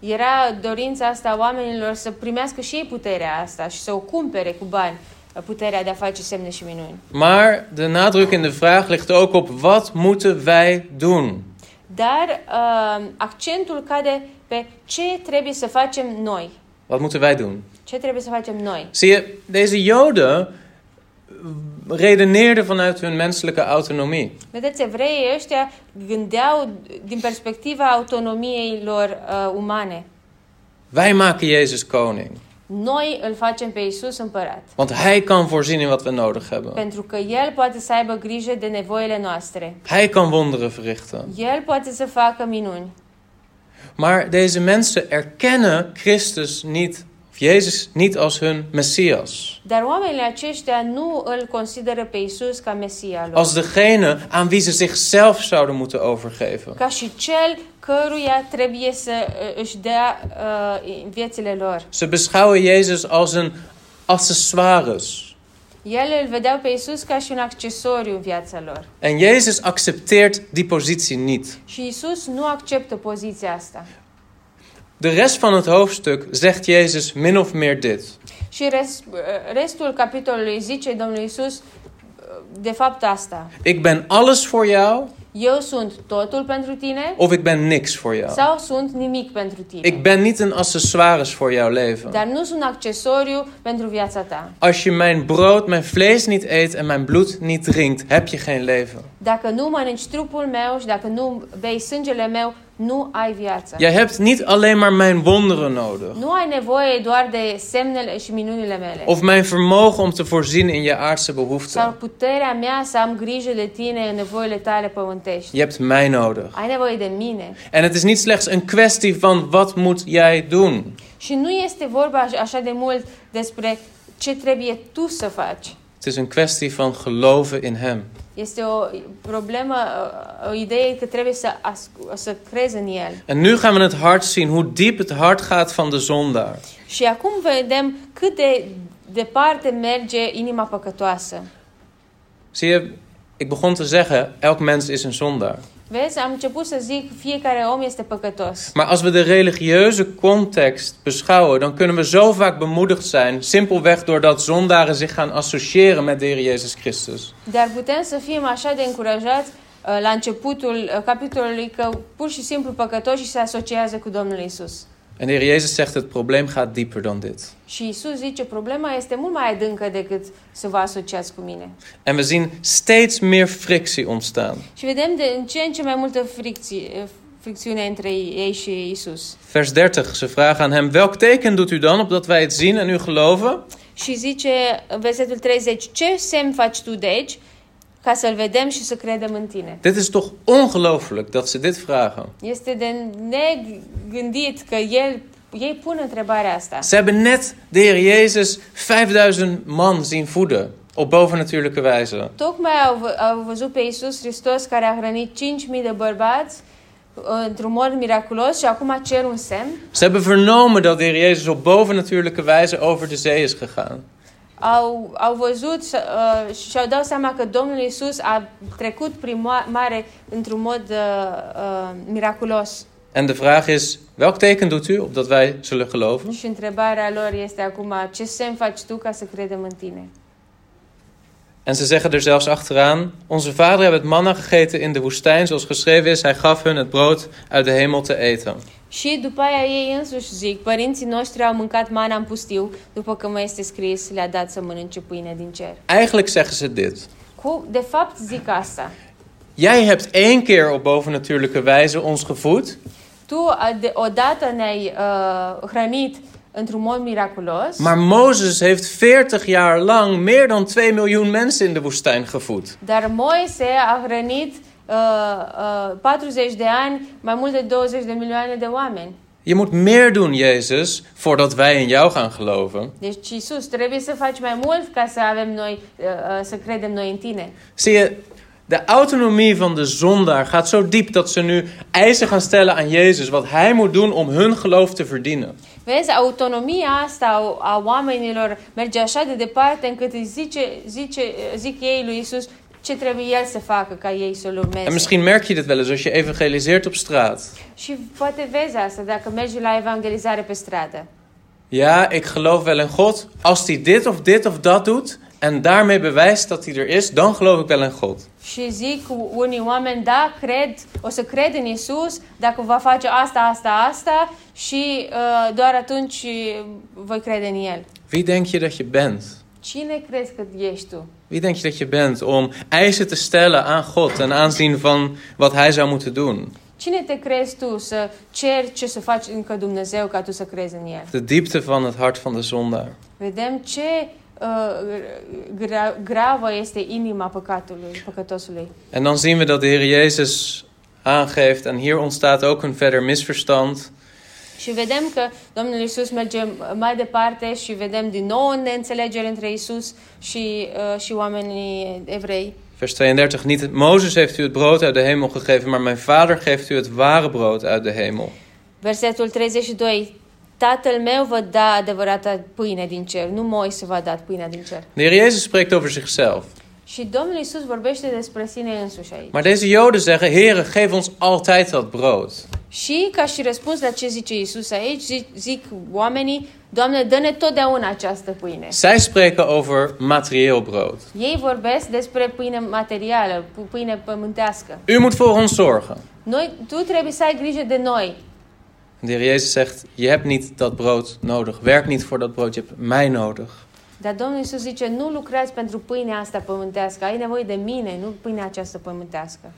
Speaker 2: era dorința asta a oamenilor să primească și ei puterea asta și să o cumpere cu bani, uh, puterea de a face semne și minuni.
Speaker 1: Maar de nadruk in de vraag ligt ook op wat moeten wij doen?
Speaker 2: Dar uh, accentul cade pe ce trebuie să facem noi.
Speaker 1: Wat moeten wij doen?
Speaker 2: Ce trebuie să facem noi?
Speaker 1: Zie je, deze Joden redeneerden vanuit hun menselijke autonomie.
Speaker 2: Vedeți, evreii ăștia gândeau din perspectiva autonomiei lor uh, umane.
Speaker 1: Wij maken Jezus koning,
Speaker 2: Noi îl facem pe Isus împărat,
Speaker 1: want hij kan voorzien in wat we nodig hebben.
Speaker 2: pentru că El poate să aibă grijă de nevoile noastre.
Speaker 1: Hij kan wonderen verrichten.
Speaker 2: El poate să facă minuni.
Speaker 1: Maar deze mensen erkennen Christus niet Jezus niet als hun Messias.
Speaker 2: Dar oamenii aceștia nu îl consideră pe Isus ca Mesia lor,
Speaker 1: Als degene aan wie ze zichzelf zouden moeten overgeven.
Speaker 2: ca și cel căruia trebuie să uh, își dea uh, viețile lor.
Speaker 1: Ze beschouwen Jezus als een accessoires.
Speaker 2: Ele îl vedeau pe Isus ca și un accesoriu în viața lor.
Speaker 1: En Jezus accepteert die positie niet.
Speaker 2: Și Isus nu acceptă poziția asta.
Speaker 1: De rest van het hoofdstuk zegt Jezus min of meer dit.
Speaker 2: Și res, uh, restul capitolului zice Domnul Isus de fapt asta.
Speaker 1: Ik ben alles voor jou
Speaker 2: Eu sunt totul pentru tine
Speaker 1: of ik ben niks voor jou.
Speaker 2: sau sunt nimic pentru tine.
Speaker 1: Ik ben niet een accessoires voor jouw leven.
Speaker 2: Dar nu sunt accesoriu pentru viața ta.
Speaker 1: Als je mijn brood, mijn vlees niet eet en mijn bloed niet drinkt, heb je geen leven.
Speaker 2: Dacă nu mănânci trupul meu și dacă nu bei sângele meu, nu ai viață.
Speaker 1: Jij hebt niet alleen maar mijn wonderen nodig.
Speaker 2: Nu ai nevoie doar de semnele și minunile mele.
Speaker 1: Of mijn vermogen om te voorzien in je aardse
Speaker 2: Sau
Speaker 1: behoeften.
Speaker 2: puterea mea să am grijă de tine în nevoile tale pământești.
Speaker 1: Je hebt mij nodig.
Speaker 2: Ai nevoie de mine.
Speaker 1: En het is niet slechts een kwestie van wat moet jij doen.
Speaker 2: Și nu este vorba aș- așa de mult despre ce trebuie tu să faci.
Speaker 1: Het is een kwestie van geloven in Hem.
Speaker 2: Este o problemă, o idee că trebuie să, asc- să crezi în el.
Speaker 1: En nu gaan we het hart zien, hoe diep het hart gaat van de zondaar.
Speaker 2: Și acum vedem cât de departe merge inima păcătoasă.
Speaker 1: Zie je, ik begon te zeggen, elk mens is een zondaar.
Speaker 2: Vezi, am început să zic fiecare om este păcătos.
Speaker 1: Maar als we de religieuze context beschouwen, dan kunnen we zo vaak bemoedigd zijn, simpelweg doordat zondaren zich gaan associëren met de Heer Jezus Christus.
Speaker 2: Dar putem să fim așa de încurajați uh, la începutul uh, capitolului că pur și simplu păcătoșii se asociază cu Domnul Isus.
Speaker 1: En de Heer Jezus zegt, het probleem gaat dieper dan dit.
Speaker 2: Și Isus zice, problema este mult mai adâncă decât să vă asociați cu mine.
Speaker 1: En we zien steeds meer frictie ontstaan.
Speaker 2: Și vedem de în ce în ce mai multă fricție, fricțiune între ei și Isus.
Speaker 1: Vers 30, ze vragen aan hem, welk teken doet u dan opdat wij het zien en u geloven?
Speaker 2: Și zice în versetul 30, ce semn faci tu deci ca să-L vedem și să credem în tine?
Speaker 1: Dit is toch ongelooflijk dat ze dit vragen.
Speaker 2: Este de negândit că el, ei pun întrebarea asta.
Speaker 1: Ze hebben net de Heer Jezus 5000 man zien voeden. Op bovennatuurlijke wijze.
Speaker 2: Tocmai au, vă- au văzut pe Isus Hristos care a hrănit 5.000 de bărbați uh, într-un mod miraculos și acum cer un semn.
Speaker 1: Ze hebben vernomen dat de Heer Jezus op bovennatuurlijke wijze over de zee is gegaan.
Speaker 2: Au, au văzut și- uh, și au dat seama că Domnul Isus a trecut prin ma- mare într-un mod uh, uh, miraculos.
Speaker 1: En de vraag is, welk teken doet u opdat wij zullen geloven?
Speaker 2: Și întrebarea lor este acum, ce semn faci tu ca să credem în tine?
Speaker 1: En ze zeggen er zelfs achteraan, onze vader hebben het manna gegeten in de woestijn zoals geschreven is. Hij gaf hun het brood uit de hemel te eten.
Speaker 2: Și după aia ei însuși zic, părinții noștri au mâncat mana în pustiu, după că mă este scris, le-a dat să mănânce pâine din cer.
Speaker 1: Eigenlijk zeggen ze dit.
Speaker 2: Cu, de fapt zic asta.
Speaker 1: Jij hebt één keer op bovennatuurlijke wijze ons gevoed,
Speaker 2: Tu a, de, odată ne-ai uh, hrănit într-un mod miraculos,
Speaker 1: maar Mozes heeft 40 jaar lang meer dan 2 miljoen mensen in de woestijn gevoed.
Speaker 2: dar Moise a hrănit uh, uh, 40 de ani mai mult de 20 de milioane de oameni.
Speaker 1: Je moet meer doen, Jezus, voordat wij in jou gaan geloven.
Speaker 2: Deci, Iisus, trebuie să faci mai mult ca să avem noi, uh, uh, să credem noi în tine.
Speaker 1: Zie je, de autonomie van de zondaar gaat zo diep dat ze nu eisen gaan stellen aan Jezus wat hij moet doen om hun geloof te verdienen.
Speaker 2: Vezi, autonomia asta a, a oamenilor merge așa de departe încât îi zice, zice, zic ei lui Isus ce trebuie el să facă ca ei să-l urmeze.
Speaker 1: En misschien merk je dit wel eens als je evangeliseert op straat.
Speaker 2: Și poate vezi asta dacă mergi la evangelizare pe stradă.
Speaker 1: Ja, ik geloof wel in God. Als hij dit of dit of dat doet en daarmee bewijst dat hij er is, dan geloof ik wel in God.
Speaker 2: Și zic unii oameni, da, cred, o să cred în Isus dacă va face asta, asta, asta și uh, doar atunci uh, voi crede în El.
Speaker 1: Wie denk je dat je bent?
Speaker 2: Cine crezi că ești tu?
Speaker 1: Wie denk je dat je bent om eisen te stellen aan God ten aanzien van wat hij zou moeten doen?
Speaker 2: Cine te crezi tu să ceri ce să faci încă Dumnezeu ca tu să crezi în El?
Speaker 1: De diepte van het hart van de zondaar.
Speaker 2: Vedem ce uh, gra- gravă este inima păcatului, păcătosului.
Speaker 1: En dan zien we dat de Heer Jezus aangeeft, en hier ontstaat ook een verder misverstand.
Speaker 2: Și vedem că Domnul Isus merge mai departe și vedem din nou o neînțelegere între Isus și, uh, și oamenii evrei.
Speaker 1: Vers 32. Niet Mozes heeft u het brood uit de hemel gegeven, maar mijn vader geeft u het ware brood uit de hemel.
Speaker 2: Versetul 32. Tatăl meu vă da adevărata pâine din cer, nu Moise v-a dat pâinea din cer.
Speaker 1: De Heer Jezus spreekt over zichzelf.
Speaker 2: Și Domnul Isus vorbește despre sine însuși aici.
Speaker 1: Maar deze Joden zeggen: Heer, geef ons altijd dat brood.
Speaker 2: Și ca și răspuns la ce zice Isus aici, zic, zic oamenii, Doamne, dă-ne totdeauna această pâine.
Speaker 1: Zij spreken over materieel brood.
Speaker 2: Ei vorbesc despre pâine materială, pu- pâine pământească.
Speaker 1: U moet voor ons zorgen.
Speaker 2: Noi, tu trebuie să ai grijă de noi.
Speaker 1: De Heer Jezus zegt: Je hebt niet dat brood nodig. Werk niet voor dat brood, je hebt mij nodig.
Speaker 2: Dar Domnul Isus zice, nu lucrați pentru pâinea asta pământească, ai nevoie de mine, nu pâinea aceasta pământească.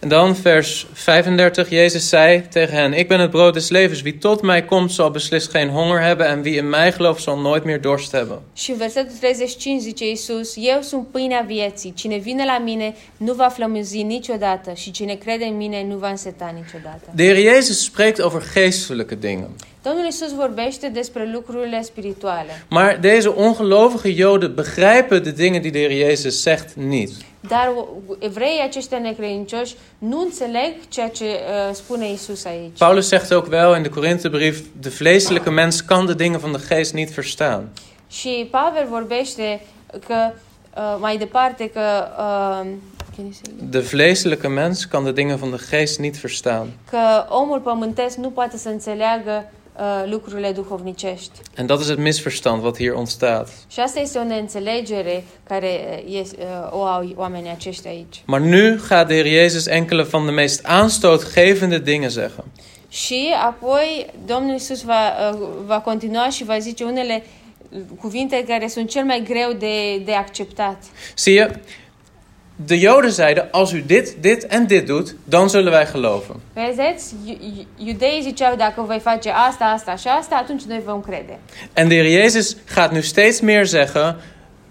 Speaker 1: En dan vers 35. Jezus zei tegen hen: Ik ben het brood des levens. Wie tot mij komt, zal beslist geen honger hebben. En wie in mij gelooft, zal nooit meer dorst hebben.
Speaker 2: Și în versetul 35 zice Isus, eu sunt pâinea vieții, cine vine la mine nu va flămâzi niciodată și cine crede în mine nu va înseta niciodată.
Speaker 1: De Heer Jezus spreekt over geestelijke dingen.
Speaker 2: Domnul Isus vorbește despre lucrurile spirituale,
Speaker 1: Maar deze ongelovige Joden begrijpen de dingen die de Heer Jezus zegt niet.
Speaker 2: dar o- evreii aceștia necredincioși nu înțeleg ceea ce uh, spune Isus aici.
Speaker 1: Paulus zegt ook wel in de Korinthebrief: de vleeselijke mens kan de dingen van de geest niet verstaan.
Speaker 2: Și Pavel vorbește că uh, mai departe că uh, can you say-
Speaker 1: De vleeselijke mens kan de dingen van de geest niet verstaan.
Speaker 2: că omul pământesc nu poate să înțeleagă uh, lucrurile duhovnicești.
Speaker 1: En dat is het misverstand wat hier ontstaat.
Speaker 2: Și asta este o neînțelegere care uh, este, uh, o au oamenii aceștia aici.
Speaker 1: Maar nu gaat de Heer Jezus enkele van de meest aanstootgevende dingen zeggen.
Speaker 2: Și apoi Domnul Isus va, uh, va continua și va zice unele cuvinte care sunt cel mai greu de, de acceptat.
Speaker 1: Zie je, de Joden zeiden: als u dit, dit en dit doet, dan zullen wij geloven.
Speaker 2: Vedeți, Iu- iu- iudeii ziceau dacă voi face asta, asta și asta, atunci noi vom crede.
Speaker 1: En de Heer Jezus gaat nu steeds meer zeggen: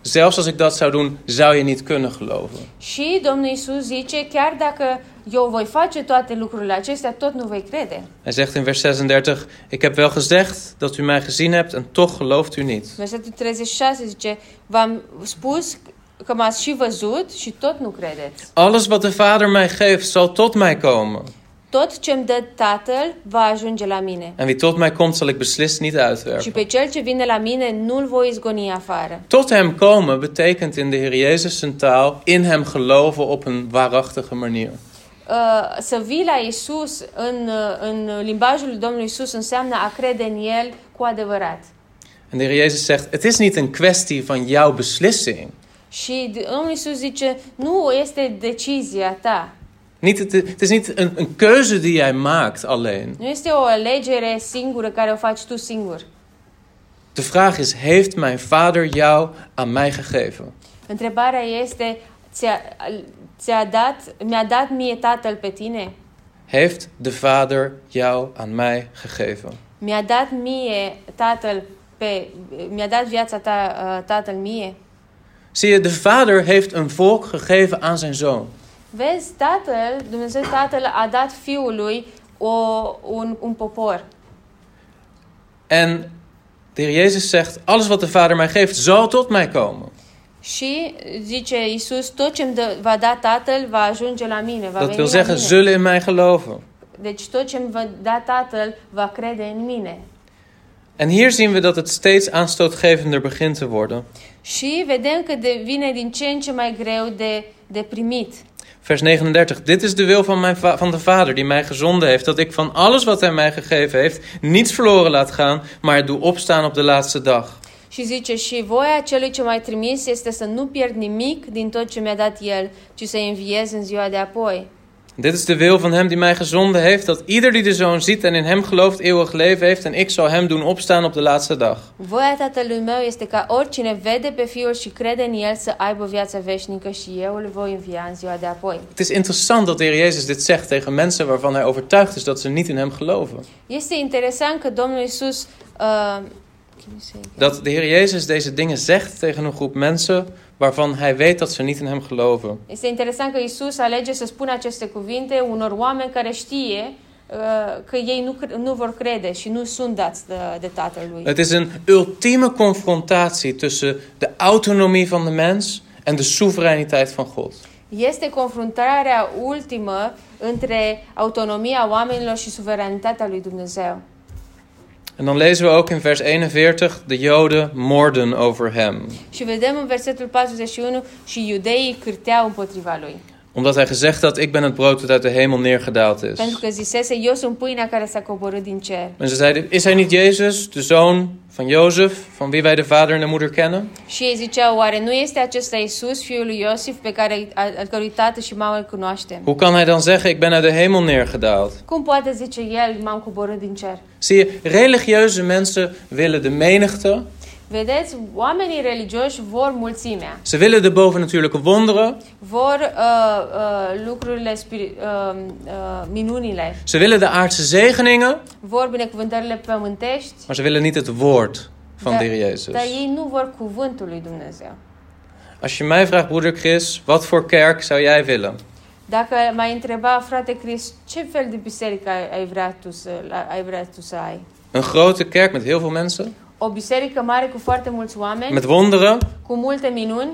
Speaker 1: zelfs als ik dat zou doen, zou je niet kunnen geloven.
Speaker 2: Și Domnul Isus zice, chiar dacă eu voi face toate lucrurile acestea, tot nu voi crede.
Speaker 1: Hij zegt in vers 36: Ik heb wel gezegd dat u mij gezien hebt en toch gelooft u niet.
Speaker 2: Versetul 36 zice, v-am spus că m-ați și văzut și tot nu credeți.
Speaker 1: Alles wat de Vader mij geeft, zal tot mij komen.
Speaker 2: Tot ce îmi dă Tatăl va ajunge la mine.
Speaker 1: En wie tot mij komt, zal ik beslist niet
Speaker 2: Și
Speaker 1: uitwerpen.
Speaker 2: pe cel ce vine la mine nu-l voi izgoni afară.
Speaker 1: Tot hem komen betekent in de Heer Jezus zijn taal in hem geloven op een waarachtige manier.
Speaker 2: Uh, Să vii la Isus în, uh, în limbajul Domnului Isus înseamnă a crede în El cu adevărat.
Speaker 1: En de Heer Jezus zegt: Het is niet een kwestie van jouw beslissing.
Speaker 2: Și Domnul Isus zice, nu este decizia ta,
Speaker 1: Niet, het, het is niet een, een keuze die jij maakt alleen.
Speaker 2: nu este o alegere singură care o faci tu singur.
Speaker 1: De vraag is: Heeft mijn Vader jou aan mij gegeven?
Speaker 2: Întrebarea este, ți-a, ți-a dat, mi-a dat mie tatăl pe tine?
Speaker 1: Heeft de Vader jou aan mij gegeven?
Speaker 2: Mi-a dat mie tatăl pe, mi-a dat viața ta uh, tatăl mie?
Speaker 1: Zie je, de vader heeft een volk gegeven aan zijn zoon.
Speaker 2: Vezi, tatăl, Dumnezeu tatăl a dat fiului o, un, un popor.
Speaker 1: En de Heer Jezus zegt, alles wat de vader mij geeft, zal tot mij komen.
Speaker 2: Și zice Iisus, tot ce îmi dă, va da tatăl va ajunge la mine, va
Speaker 1: Dat wil
Speaker 2: veni la
Speaker 1: zeggen,
Speaker 2: mine.
Speaker 1: zullen in mij geloven.
Speaker 2: Deci tot ce îmi va da tatăl va crede în mine.
Speaker 1: En hier zien we dat het steeds aanstootgevender begint te worden.
Speaker 2: Și vedem că devine din ce în ce mai greu de, de primit.
Speaker 1: Vers 39, dit is de wil van, mijn va- van de vader die mij gezonden heeft, dat ik van alles wat hij mij gegeven heeft, niets verloren laat gaan, maar het doe opstaan op de laatste dag.
Speaker 2: Și zice, și voia celui ce m-ai trimis este să nu pierd nimic din tot ce mi-a dat el, ci să-i înviez în ziua de apoi.
Speaker 1: Dit is de wil van hem die mij gezonden heeft, dat ieder die de zoon ziet en in hem gelooft eeuwig leven heeft, en ik zal hem doen opstaan op de laatste dag.
Speaker 2: Voia tatălui meu este ca oricine vede pe fiul și crede în el să aibă viața veșnică și eu îl voi învia în ziua de apoi.
Speaker 1: Het is interessant dat de Heer Jezus dit zegt tegen mensen waarvan hij overtuigd is dat ze niet in hem geloven.
Speaker 2: Este interesant că Domnul Isus uh,
Speaker 1: Dat de Heer Jezus deze dingen zegt tegen een groep mensen waarvan hij weet dat ze niet in hem geloven.
Speaker 2: este interesant că Isus alege să spună aceste cuvinte unor oameni care știe uh, că ei nu, cre- nu vor crede și nu sunt dați de, de Tatălui.
Speaker 1: Het is een ultieme confrontatie tussen de autonomie van de mens en de soevereiniteit van God.
Speaker 2: Este confruntarea ultimă între autonomia oamenilor și suveranitatea lui Dumnezeu.
Speaker 1: En dan lezen we ook in vers 41, de Joden moorden over hem,
Speaker 2: Și vedem în versetul 41 și iudeii cârteau împotriva lui.
Speaker 1: omdat hij gezegd had, ik ben het brood dat uit de hemel neergedaald
Speaker 2: Pentru
Speaker 1: is.
Speaker 2: că zisese, eu sunt pâinea care s-a coborât din cer.
Speaker 1: En ze zeiden, is hij niet Jezus, de zoon van Jozef, van wie wij de vader en de moeder kennen?
Speaker 2: Și ei ziceau, oare nu este acesta Isus, fiul lui Iosif, pe care, al al cărui tată și mamă îl cunoaștem?
Speaker 1: Hoe kan hij dan zeggen, ik ben uit de hemel neergedaald?
Speaker 2: Cum poate zice el, m-am coborât din cer?
Speaker 1: Zie je, religieuze mensen willen de menigte,
Speaker 2: Vedeți, oamenii religioși vor mulțimea,
Speaker 1: ze willen de bovennatuurlijke wonderen,
Speaker 2: vor uh, uh, lucrurile, spiri- uh, uh, minunile,
Speaker 1: ze willen de aardse zegeningen,
Speaker 2: vor binecuvântările pământești,
Speaker 1: maar ze willen niet het woord van
Speaker 2: Da-
Speaker 1: de Heer Jezus.
Speaker 2: dar ei nu vor cuvântul lui Dumnezeu.
Speaker 1: Als je mij vraagt, broeder Chris, wat voor kerk zou jij willen?
Speaker 2: Dacă m-ai întreba, frate Chris, ce fel de biserică ai, ai, vrea tu să, la- ai vrea tu să ai?
Speaker 1: Een grote kerk met heel veel mensen,
Speaker 2: O biserică mare cu foarte mulți oameni,
Speaker 1: met wonderen,
Speaker 2: cu multe minuni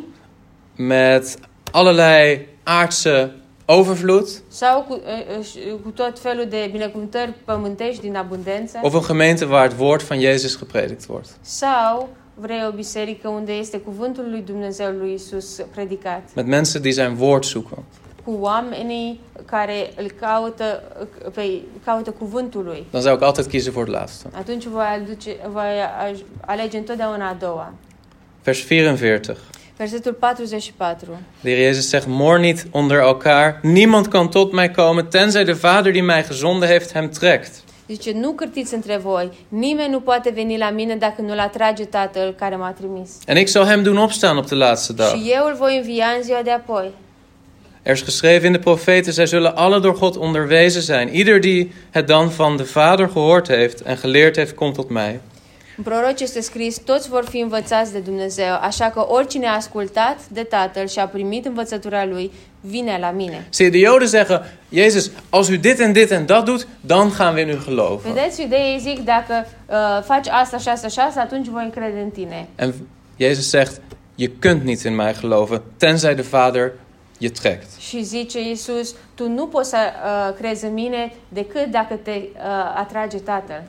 Speaker 1: met allerlei aardse overvloed,
Speaker 2: sau cu, eh, eh, și- cu tot felul de binecuvântări pământești din abundență?
Speaker 1: of een gemeente waar het woord van Jezus gepredikt wordt?
Speaker 2: Sau vrei o biserică unde este cuvântul lui Dumnezeu lui Isus predicat?
Speaker 1: Met mensen die zijn woord zoeken.
Speaker 2: Cu oamenii care îl caută, eh, pe, caută cuvântul lui.
Speaker 1: Dan zou ik altijd kiezen voor het laatste.
Speaker 2: Atunci voi, aduce, voi aj- alege întotdeauna a doua.
Speaker 1: Vers 44.
Speaker 2: Versetul 44.
Speaker 1: De Heer Jezus zegt: Moor niet onder elkaar. Niemand kan tot mij komen, tenzij de Vader die mij gezonden heeft hem trekt.
Speaker 2: Zice, nu cârtiți între voi, nimeni nu poate veni la mine dacă nu-l atrage Tatăl care m-a trimis.
Speaker 1: En ik zal hem doen opstaan op de laatste dag.
Speaker 2: Și eu îl voi învia în ziua de apoi.
Speaker 1: Er is geschreven in de profeten: Zij zullen alle door God onderwezen zijn. Ieder die het dan van de Vader gehoord heeft en geleerd heeft, komt tot mij.
Speaker 2: În proroci este scris, toți vor fi învățați de Dumnezeu, așa că oricine a ascultat de Tatăl și a primit învățătura Lui, vine la mine.
Speaker 1: Zie je, de Joden zeggen: Jezus, als u dit en dit en dat doet, dan gaan we in u geloven.
Speaker 2: Vedeți, iudeii zic, dacă uh, faci asta și asta și asta, atunci voi încrede în tine.
Speaker 1: En Jezus zegt: Je kunt niet in mij geloven, tenzij de Vader je trekt.
Speaker 2: Și zice Iisus, tu nu poți să uh, crezi în mine decât dacă te uh, atrage Tatăl.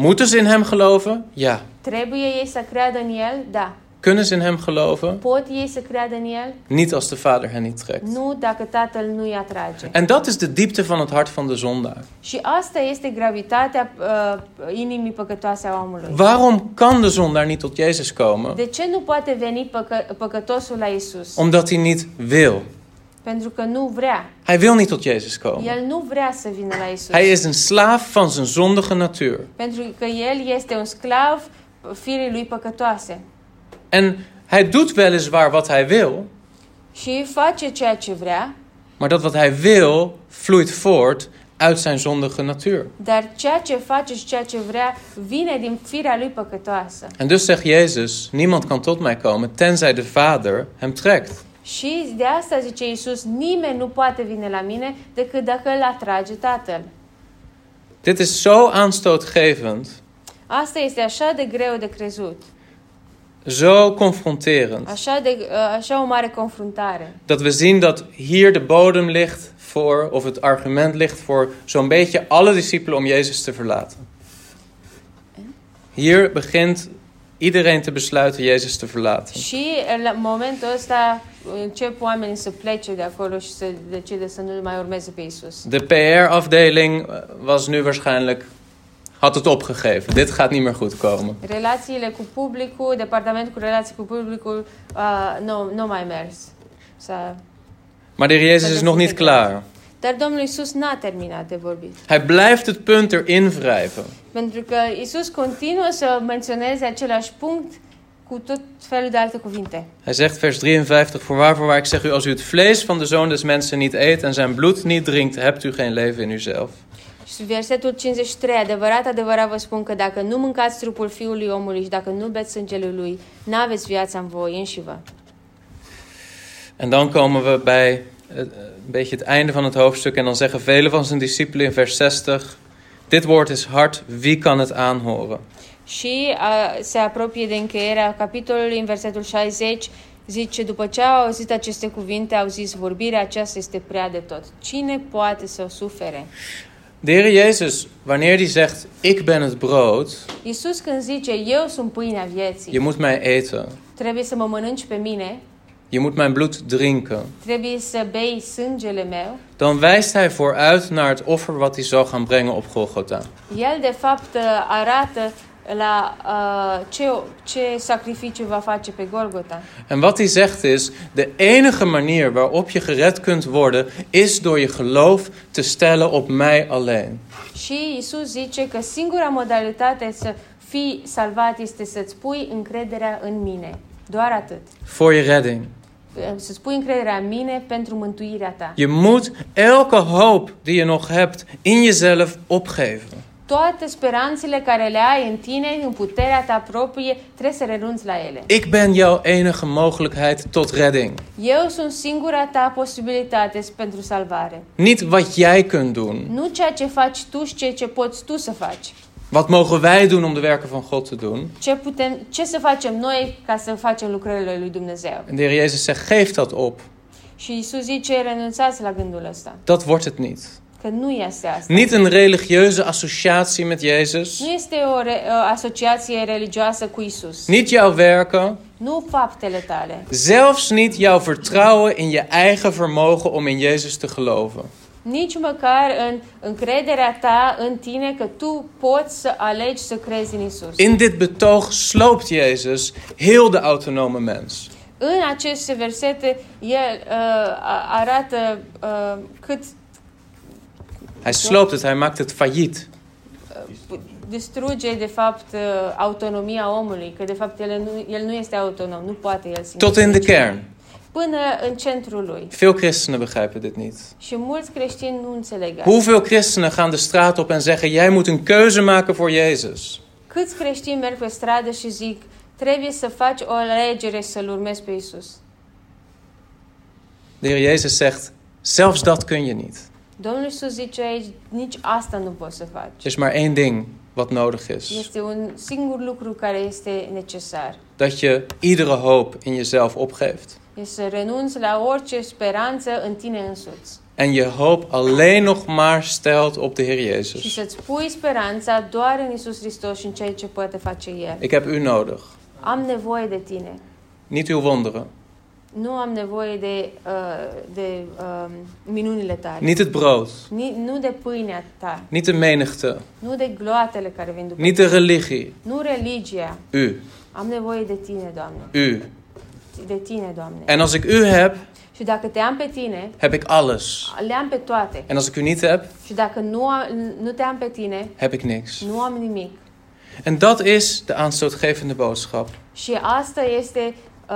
Speaker 1: Moeten ze in hem geloven? Ja.
Speaker 2: Trebuie ei să creadă în El? Da.
Speaker 1: Kunnen ze in hem geloven?
Speaker 2: Pot ei să creadă în El?
Speaker 1: Niet als de Vader hen niet trekt.
Speaker 2: Nu dacă Tatăl nu îi atrage.
Speaker 1: En dat is de diepte van het hart van de zondaar.
Speaker 2: Și asta este gravitatea uh, inimii păcătoase a omului.
Speaker 1: Waarom kan de zondaar niet tot Jezus komen?
Speaker 2: De ce nu poate veni păcă, păcătosul la Isus?
Speaker 1: Omdat hij niet wil.
Speaker 2: Pentru că nu vrea.
Speaker 1: Hij wil niet tot Jezus komen.
Speaker 2: El nu vrea să vină la Isus.
Speaker 1: Hij is een slaaf van zijn zondige natuur.
Speaker 2: Pentru că el este un sclav firii lui păcătoase.
Speaker 1: En hij doet weliswaar wat hij wil,
Speaker 2: Și face ceea ce vrea,
Speaker 1: maar dat wat hij wil vloeit voort uit zijn zondige natuur.
Speaker 2: dar ceea ce face și ceea ce vrea vine din firea lui păcătoasă.
Speaker 1: En dus zegt Jezus: Niemand kan tot mij komen tenzij de Vader hem trekt.
Speaker 2: Și de asta zice Isus, nimeni nu poate vine la mine decât dacă îl atrage Tatăl.
Speaker 1: Dit is zo aanstootgevend,
Speaker 2: Asta este așa de greu de crezut,
Speaker 1: zo confronterend.
Speaker 2: așa, de, așa o mare confruntare.
Speaker 1: dat we zien dat hier de bodem ligt voor, of het argument ligt voor zo'n beetje alle discipelen om Jezus te verlaten. Hier begint iedereen te besluiten Jezus te verlaten.
Speaker 2: Și la momentul ăsta încep oamenii să plece de acolo și să decide să nu mai urmeze pe Isus.
Speaker 1: De PR-afdeling was nu waarschijnlijk, had het opgegeven. Dit gaat niet meer goed komen.
Speaker 2: Relațiile cu publicul, departamentul cu relații cu publicul, uh, nu, nu mai mers. S-a...
Speaker 1: Maar de Heer Jezus is nog niet klaar.
Speaker 2: Dar Domnul Isus n-a terminat de vorbit.
Speaker 1: Hij blijft het punt erin wrijven.
Speaker 2: Pentru că Isus continuă să menționeze același punct cu tot felul de alte cuvinte.
Speaker 1: Hij zegt vers 53, voorwaar, voorwaar, ik zeg u, als u het vlees van de Zoon des Mensen niet eet en zijn bloed niet drinkt, hebt u geen leven in uzelf.
Speaker 2: Și versetul 53, adevărat, adevărat vă spun că dacă nu mâncați trupul Fiului omului și dacă nu beți sângele lui, n-aveți viața în voi înși vă.
Speaker 1: En dan komen we bij eh, een beetje het einde van het hoofdstuk. En dan zeggen velen van zijn discipelen in vers 60: Dit woord is hard, wie kan het aanhoren?
Speaker 2: Și a, se apropie de încheierea capitolului în versetul 60, zice, după ce au auzit aceste cuvinte, au zis, vorbirea aceasta este prea de tot. Cine poate să o sufere?
Speaker 1: De Heer Jezus, wanneer die zegt: Ik ben het brood,
Speaker 2: Iisus când zice, eu sunt pâinea vieții,
Speaker 1: je moet mij eten,
Speaker 2: trebuie să mă mănânci pe mine,
Speaker 1: je moet mijn bloed drinken,
Speaker 2: trebuie să bei sângele meu,
Speaker 1: dan wijst hij vooruit naar het offer wat hij zou gaan brengen op Golgotha.
Speaker 2: el de fapt arată la uh, ce, ce sacrificiu va face pe Golgota.
Speaker 1: En wat hij zegt is: de enige manier waarop je gered kunt worden, is door je geloof te stellen op mij alleen.
Speaker 2: Și Isus zice că singura modalitate să fii salvat este să-ți pui încrederea în mine. Doar atât.
Speaker 1: Voor je redding.
Speaker 2: Să-ți pui încrederea în mine pentru mântuirea ta.
Speaker 1: Je moet elke hoop die je nog hebt in jezelf opgeven.
Speaker 2: Toate speranțele care le ai în tine, în puterea ta proprie, trebuie să renunți la ele.
Speaker 1: Ik ben jouw enige mogelijkheid tot redding.
Speaker 2: Eu sunt singura ta posibilitate pentru salvare.
Speaker 1: Niet wat jij kunt doen.
Speaker 2: Nu ceea ce faci tu și ceea ce poți tu să faci.
Speaker 1: Wat mogen wij doen om de werken van God te doen?
Speaker 2: Ce, putem, ce să facem noi ca să facem lucrările lui Dumnezeu?
Speaker 1: En de Heer Jezus zegt: geef dat op.
Speaker 2: Și Isus zice, renunțați la gândul ăsta.
Speaker 1: Dat wordt het niet.
Speaker 2: Că nu este asta.
Speaker 1: Niet een religieuze associatie met Jezus.
Speaker 2: Nu este o re- o asociație religioasă cu Isus.
Speaker 1: Niet jouw werken.
Speaker 2: Nu faptele tale.
Speaker 1: Zelfs niet jouw vertrouwen in je eigen vermogen om in Jezus te geloven.
Speaker 2: Nici măcar în încrederea ta în tine că tu poți să alegi să crezi în Isus.
Speaker 1: In dit betoog sloopt Jezus heel de autonome mens.
Speaker 2: În aceste versete, el uh, a- arată uh, cât
Speaker 1: Hij sloopt het, hij maakt het failliet.
Speaker 2: uh, distruge, de fapt, uh, autonomia omului, că, de fapt, el nu, el nu este autonom, nu poate el singur.
Speaker 1: Tot in de kern.
Speaker 2: Până în centrul lui.
Speaker 1: Veel christenen begrijpen dit niet.
Speaker 2: Și mulți creștini nu înțeleg asta.
Speaker 1: Hoeveel christenen gaan de straat op en zeggen: Jij moet een keuze maken voor Jezus?
Speaker 2: Câți creștini merg pe stradă și zic, trebuie să faci o alegere să-L urmezi pe Isus.
Speaker 1: De Heer Jezus zegt: Zelfs dat kun je niet.
Speaker 2: Domnul Isus zice aici, nici asta nu poți să
Speaker 1: Er
Speaker 2: faci.
Speaker 1: is maar één ding wat nodig is:
Speaker 2: Este un singur lucru care este necesar.
Speaker 1: dat je iedere hoop in jezelf opgeeft.
Speaker 2: Este să renunți la orice speranță în tine însuți.
Speaker 1: En je hoop alleen nog maar stelt op de Heer
Speaker 2: Și
Speaker 1: Jezus.
Speaker 2: să-ți pui speranța doar în Isus Hristos și în ceea ce poate face El.
Speaker 1: Ik heb u nodig.
Speaker 2: Am nevoie de tine.
Speaker 1: Niet uw wonderen.
Speaker 2: Nu am nevoie de, uh, de uh, minunile tale.
Speaker 1: Niet het brood.
Speaker 2: Ni- nu de pâinea ta.
Speaker 1: Niet de menigte.
Speaker 2: Nu de gloatele care vin după
Speaker 1: Niet de religie.
Speaker 2: Nu religia.
Speaker 1: U.
Speaker 2: Am nevoie de tine, Doamne.
Speaker 1: U.
Speaker 2: De tine, Doamne.
Speaker 1: En als ik u heb,
Speaker 2: Și dacă te am pe tine,
Speaker 1: heb ik alles.
Speaker 2: le am pe toate.
Speaker 1: En als ik u niet heb,
Speaker 2: Și dacă nu, am, nu te am pe tine,
Speaker 1: heb ik niks.
Speaker 2: nu am nimic.
Speaker 1: En dat is de aanstootgevende boodschap.
Speaker 2: Și asta este uh,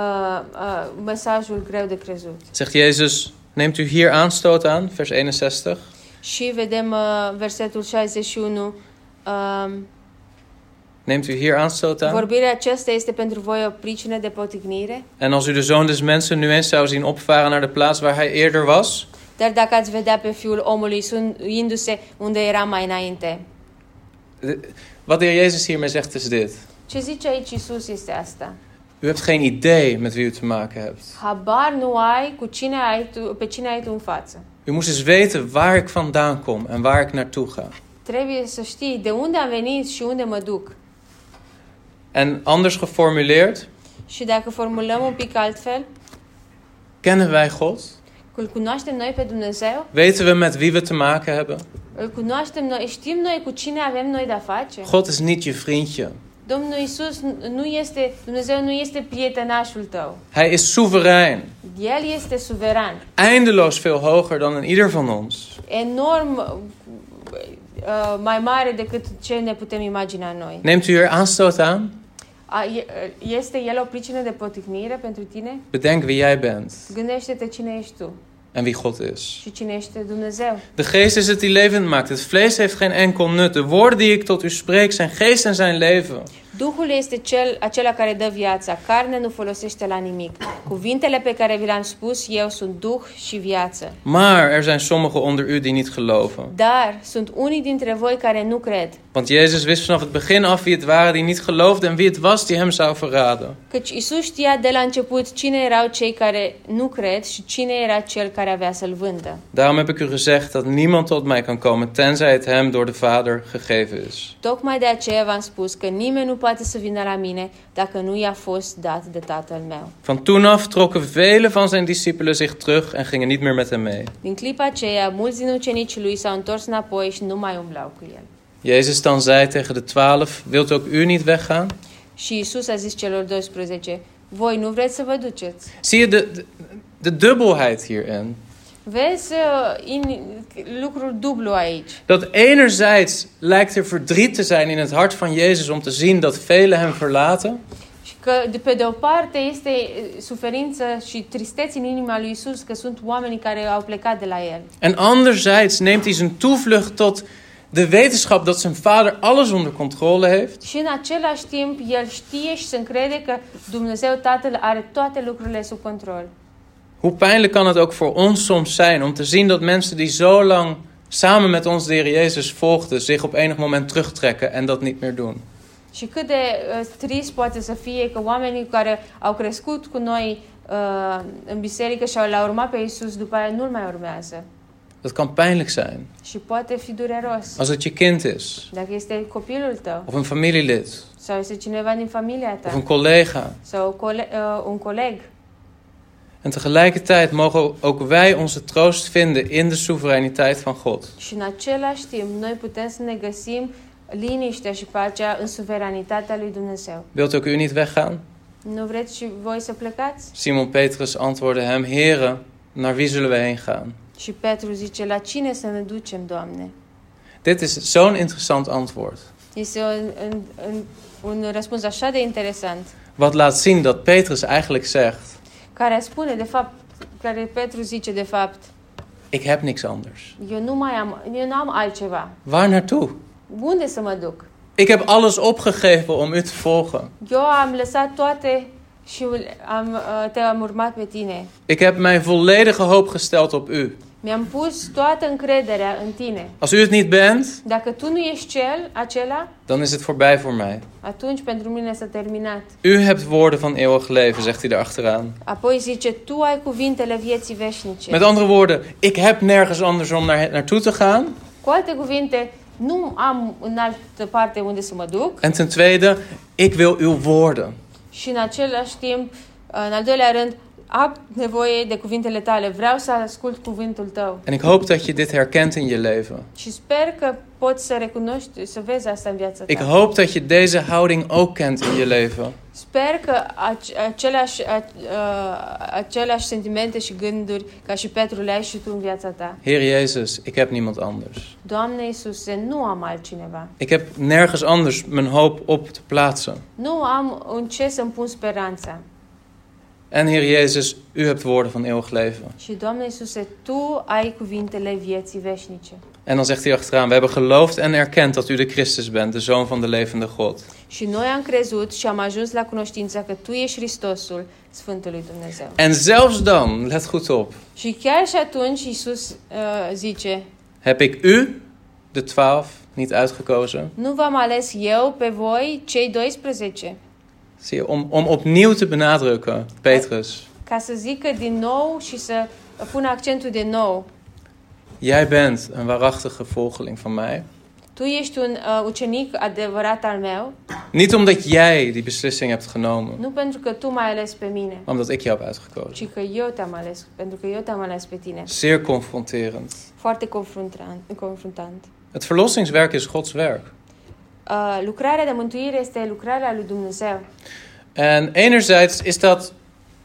Speaker 2: uh, mesajul greu de crezut.
Speaker 1: Zegt Jezus, neemt u hier aanstoot aan, vers 61.
Speaker 2: Și vedem uh, versetul 61. Uh,
Speaker 1: Neemt u hier aanstoot aan.
Speaker 2: vorbirea aceasta este pentru voi o pricină de potignire?
Speaker 1: En als u de zoon des mensen nu eens zou zien opvaren naar de plaats waar hij eerder was,
Speaker 2: Dar dacă ați vedea pe fiul omului sun- indu-se unde era mai înainte.
Speaker 1: De- Wat de heer Jezus hiermee zegt is dit.
Speaker 2: Ce zice aici Isus este asta?
Speaker 1: U hebt geen idee met wie u te maken hebt.
Speaker 2: Habar nu ai cu cine ai tu, pe cine ai tu în față.
Speaker 1: U moest eens weten waar ik vandaan kom en waar ik naartoe ga.
Speaker 2: Trebuie să știi de unde am venit și unde mă duc.
Speaker 1: En anders geformuleerd,
Speaker 2: Și dacă formulăm un pic altfel,
Speaker 1: kennen wij God?
Speaker 2: îl cunoaștem noi pe Dumnezeu,
Speaker 1: Weten we met wie we te maken hebben?
Speaker 2: îl cunoaștem noi, știm noi cu cine avem noi de-a face.
Speaker 1: God is niet je vriendje.
Speaker 2: Domnul Isus nu este, Dumnezeu nu este prietenașul tău.
Speaker 1: Hij is soeverein.
Speaker 2: El este suveran,
Speaker 1: Eindeloos veel hoger dan in ieder van ons.
Speaker 2: enorm uh, mai mare decât ce ne putem imagina noi.
Speaker 1: Neemt u hier aanstoot aan?
Speaker 2: A, e- Este El o pricină de poticnire pentru tine?
Speaker 1: Bedenk wie jij bent
Speaker 2: Gândește-te cine ești tu
Speaker 1: en wie God is.
Speaker 2: și cine este Dumnezeu.
Speaker 1: De geest is het die levend maakt. Het vlees heeft geen enkel nut. De woorden die ik tot u spreek zijn geest en zijn leven.
Speaker 2: Duhul este cel, acela care dă viața, carnea nu folosește la nimic. Cuvintele pe care vi le-am spus eu sunt Duh și viață.
Speaker 1: Maar er zijn sommigen onder u die niet geloven.
Speaker 2: Dar sunt unii dintre voi care nu cred,
Speaker 1: Want Jezus wist vanaf het begin af wie het waren die niet geloofden en wie het was die hem zou verraden.
Speaker 2: căci Isus știa de la început cine erau cei care nu cred și cine era cel care avea să-l vândă.
Speaker 1: Daarom heb ik u gezegd dat niemand tot mij kan komen tenzij het hem door de Vader gegeven is.
Speaker 2: Tocmai de aceea v-am spus că nimeni nu poate să vină la mine dacă nu i-a fost dat de Tatăl meu.
Speaker 1: Van toen af trokken velen van zijn discipelen zich terug en gingen niet meer met hem mee.
Speaker 2: Din clipa aceea, mulți din ucenicii lui s-au întors înapoi și nu mai umblau cu el.
Speaker 1: Jezus dan zei tegen de twaalf, wilt ook u niet weggaan?
Speaker 2: Și Isus a zis celor 12, voi nu vreți să vă duceți.
Speaker 1: Zie je de, de, de dubbelheid hierin?
Speaker 2: Vezi uh, in, lucrul dublu aici.
Speaker 1: Dat enerzijds lijkt er verdriet te zijn in het hart van Jezus om te zien dat velen hem verlaten.
Speaker 2: Și că, de pe de o parte, este uh, suferință și tristețe în inima lui Isus că sunt oamenii care au plecat de la el.
Speaker 1: En anderzijds neemt hij zijn toevlucht tot de wetenschap dat zijn vader alles onder controle heeft.
Speaker 2: Și în același timp, el știe și se încrede că Dumnezeu Tatăl are toate lucrurile sub control.
Speaker 1: Hoe pijnlijk kan het ook voor ons soms zijn om te zien dat mensen die zo lang samen met ons de Heer Jezus volgden, zich op enig moment terugtrekken en dat niet meer doen.
Speaker 2: Și cât de uh, trist poate să fie că oamenii care au crescut cu noi uh, în biserică și au l-au urmat pe Isus, după aia nu-l mai urmează.
Speaker 1: Dat kan pijnlijk zijn.
Speaker 2: Și poate fi dureros.
Speaker 1: Als het je kind is,
Speaker 2: Dacă este copilul tău
Speaker 1: of een familielid,
Speaker 2: sau este cineva din familia
Speaker 1: of
Speaker 2: ta
Speaker 1: een collega.
Speaker 2: sau o cole- uh, un coleg.
Speaker 1: En tegelijkertijd mogen ook wij onze troost vinden in de soevereiniteit van God.
Speaker 2: Și în același timp, noi putem să ne găsim liniștea și pacea în suveranitatea lui Dumnezeu.
Speaker 1: Wilt ook u niet weggaan?
Speaker 2: Nu vreți și voi să plecați?
Speaker 1: Simon Petrus antwoordde hem: Heren, naar wie zullen we heen gaan?
Speaker 2: Și Petru zice, la cine să ne ducem, Doamne?
Speaker 1: Dit is zo'n interessant antwoord.
Speaker 2: Este un, un, un, un răspuns așa de interesant,
Speaker 1: Wat laat zien dat Petrus eigenlijk zegt:
Speaker 2: care spune, de fapt, care Petru zice, de fapt,
Speaker 1: Ik heb niks anders.
Speaker 2: eu nu mai am, eu nu am altceva.
Speaker 1: Waar naartoe?
Speaker 2: Unde să mă duc?
Speaker 1: Ik heb alles opgegeven om u te volgen.
Speaker 2: Eu am lăsat toate și am, uh, te-am urmat pe tine.
Speaker 1: Ik heb mijn volledige hoop gesteld op u.
Speaker 2: Mi-am pus toată încrederea în tine.
Speaker 1: Als u het niet bent,
Speaker 2: Dacă tu nu ești cel, acela,
Speaker 1: dan is het voorbij voor mij.
Speaker 2: atunci pentru mine s-a terminat.
Speaker 1: U hebt woorden van eeuwig leven, zegt hij erachteraan.
Speaker 2: Apoi zice, tu ai cuvintele vieții veșnice.
Speaker 1: Met andere woorden, ik heb nergens anders om naar, naartoe te gaan.
Speaker 2: Cu alte cuvinte, nu am în altă parte unde să mă duc
Speaker 1: En ten tweede, ik wil uw woorden.
Speaker 2: și în același timp, în al doilea rând, am nevoie de cuvintele tale. Vreau să ascult cuvântul tău.
Speaker 1: En ik hoop dat je dit herkent in je leven.
Speaker 2: Și sper că poți să recunoști, să vezi asta în viața
Speaker 1: Ik
Speaker 2: ta.
Speaker 1: hoop dat je deze houding ook kent in je leven.
Speaker 2: Sper că ace- aceleași, a, a, aceleași sentimente și gânduri ca și Petru le ai și tu în viața ta.
Speaker 1: Heer Jezus, ik heb niemand anders.
Speaker 2: Doamne Iisuse, nu am altcineva.
Speaker 1: Ik heb nergens anders mijn hoop op te plaatsen.
Speaker 2: Nu am în ce să-mi pun speranța.
Speaker 1: En Heer Jezus, u hebt woorden van eeuwig leven.
Speaker 2: Și Doamne Iisuse, Tu ai cuvintele vieții veșnice.
Speaker 1: En dan zegt hij achteraan, we hebben geloofd en erkend dat u de Christus bent, de Zoon van de levende God.
Speaker 2: Și noi am crezut și am ajuns la cunoștința că Tu ești Hristosul Sfântul lui Dumnezeu.
Speaker 1: En zelfs dan, let goed op,
Speaker 2: Și chiar și atunci Iisus uh, zice,
Speaker 1: heb ik u, de twaalf, niet uitgekozen.
Speaker 2: nu v-am ales eu pe voi, cei 12,
Speaker 1: Zie je, om, om opnieuw te benadrukken, Petrus,
Speaker 2: ca să zică din nou și să pună accentul din nou.
Speaker 1: jij bent een waarachtige volgeling van mij.
Speaker 2: Tu ești un uh, ucenic adevărat al meu,
Speaker 1: Niet omdat jij die beslissing hebt genomen,
Speaker 2: nu pentru că tu m-ai ales pe mine,
Speaker 1: maar omdat ik jou heb uitgekozen.
Speaker 2: ci că eu te-am ales, pentru că eu te-am ales pe tine.
Speaker 1: Zeer confronterend.
Speaker 2: Foarte confruntan- confruntant.
Speaker 1: Het verlossingswerk is Gods werk.
Speaker 2: Uh, lucrarea de mântuire este lucrarea lui Dumnezeu.
Speaker 1: En enerzijds is dat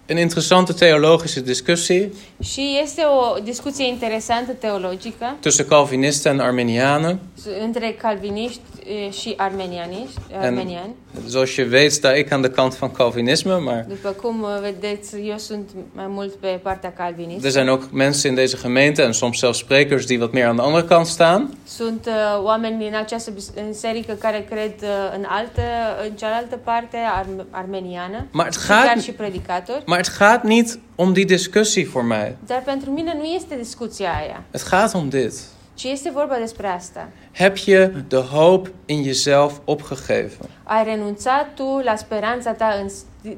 Speaker 1: een interessante theologische discussie
Speaker 2: Și este o discuție interesantă teologică
Speaker 1: tussen Calvinisten en Arminianen.
Speaker 2: s- între calviniști e, și armenianiști, armeniani.
Speaker 1: En zoals je weet sta ik aan de kant van Calvinisme, maar
Speaker 2: După cum uh, vedeți, eu sunt mai mult pe partea calvinistă.
Speaker 1: er zijn ook mensen in deze gemeente en soms zelfs sprekers die wat meer aan de andere kant staan.
Speaker 2: Sunt uh, oameni din această bis- în biserică care cred uh, în altă, în cealaltă parte ar- armeniană,
Speaker 1: Maar het
Speaker 2: și
Speaker 1: gaat-
Speaker 2: chiar și predicatori.
Speaker 1: Maar het gaat niet om die discussie voor mij.
Speaker 2: Dar pentru mine nu este discuția aia,
Speaker 1: Het gaat om dit.
Speaker 2: ci este vorba despre asta.
Speaker 1: Heb je de hoop in jezelf opgegeven?
Speaker 2: Ai renunțat tu la speranța ta în, s-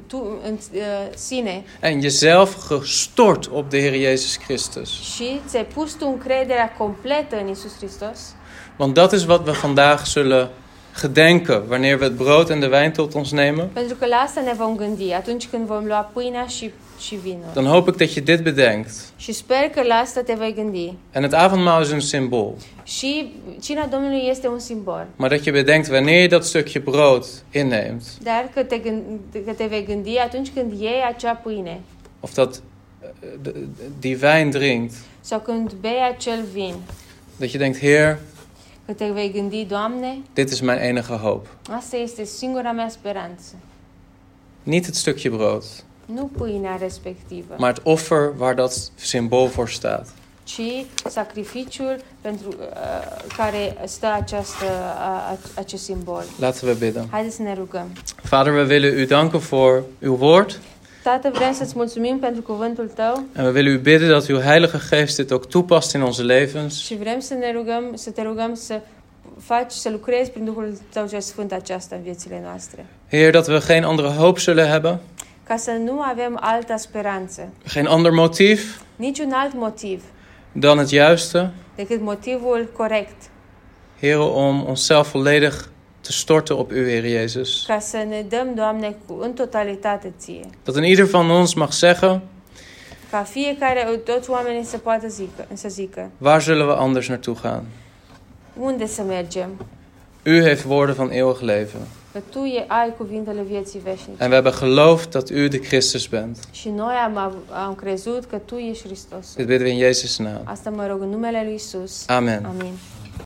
Speaker 2: tu, în uh, sine
Speaker 1: En jezelf gestort op de Heer Jezus Christus.
Speaker 2: și ți-ai pus tu încrederea completă în Isus Hristos?
Speaker 1: Want dat is wat we vandaag zullen gedenken wanneer we het brood en de wijn tot ons nemen.
Speaker 2: Pentru că la asta ne vom gândi atunci când vom lua pâinea și, și vinul.
Speaker 1: Dan hoop ik dat je dit bedenkt.
Speaker 2: Și sper că la asta te vei gândi.
Speaker 1: En het avondmaal is een symbool.
Speaker 2: Și cina Domnului este un simbol.
Speaker 1: Maar dat je bedenkt wanneer je dat stukje brood inneemt.
Speaker 2: Dar că te, gând- că te vei gândi atunci când iei acea pâine
Speaker 1: Of dat eh, de- die wijn drinkt.
Speaker 2: sau când bei acel vin,
Speaker 1: Dat je denkt, Heer,
Speaker 2: că te vei gândi, Doamne,
Speaker 1: dit is mijn enige hoop.
Speaker 2: asta este singura mea speranță.
Speaker 1: Niet het stukje brood,
Speaker 2: Nu pâinea respectivă,
Speaker 1: maar het offer waar dat symbool voor staat.
Speaker 2: ci sacrificiul pentru uh, care stă această, a, a, acest simbol.
Speaker 1: Laten we bidden.
Speaker 2: Haideți să ne rugăm.
Speaker 1: Vader, we willen u danken voor uw woord.
Speaker 2: Tată, vrem să-ți mulțumim pentru cuvântul tău
Speaker 1: En we willen u bidden dat uw Heilige Geest dit ook toepast in onze levens.
Speaker 2: și vrem să ne rugăm, să te rugăm să faci, să lucrezi prin Duhul tău cel sfânt aceasta în viețile noastre.
Speaker 1: Heer, dat we geen andere hoop zullen hebben,
Speaker 2: ca să nu avem altă speranță,
Speaker 1: geen ander motief
Speaker 2: niciun alt motiv
Speaker 1: dan het juiste.
Speaker 2: decât motivul corect,
Speaker 1: Heer, om onszelf volledig te storten op u, Heer Jezus.
Speaker 2: ca să ne dăm, Doamne, cu, în totalitate Ție.
Speaker 1: Dat een ieder van ons mag zeggen,
Speaker 2: Ca fiecare, toți oamenii să poată zică, să zică,
Speaker 1: waar zullen we anders naartoe gaan?
Speaker 2: unde să mergem?
Speaker 1: U heeft woorden van eeuwig leven.
Speaker 2: Că Tu e, ai cuvintele vieții veșnice.
Speaker 1: En we hebben geloofd dat u de Christus bent.
Speaker 2: Și noi am, av- am crezut că Tu ești Hristos.
Speaker 1: Dit bidden we in Jezus' naam.
Speaker 2: Asta mă rog în numele Lui Isus.
Speaker 1: Amen.
Speaker 2: Amin.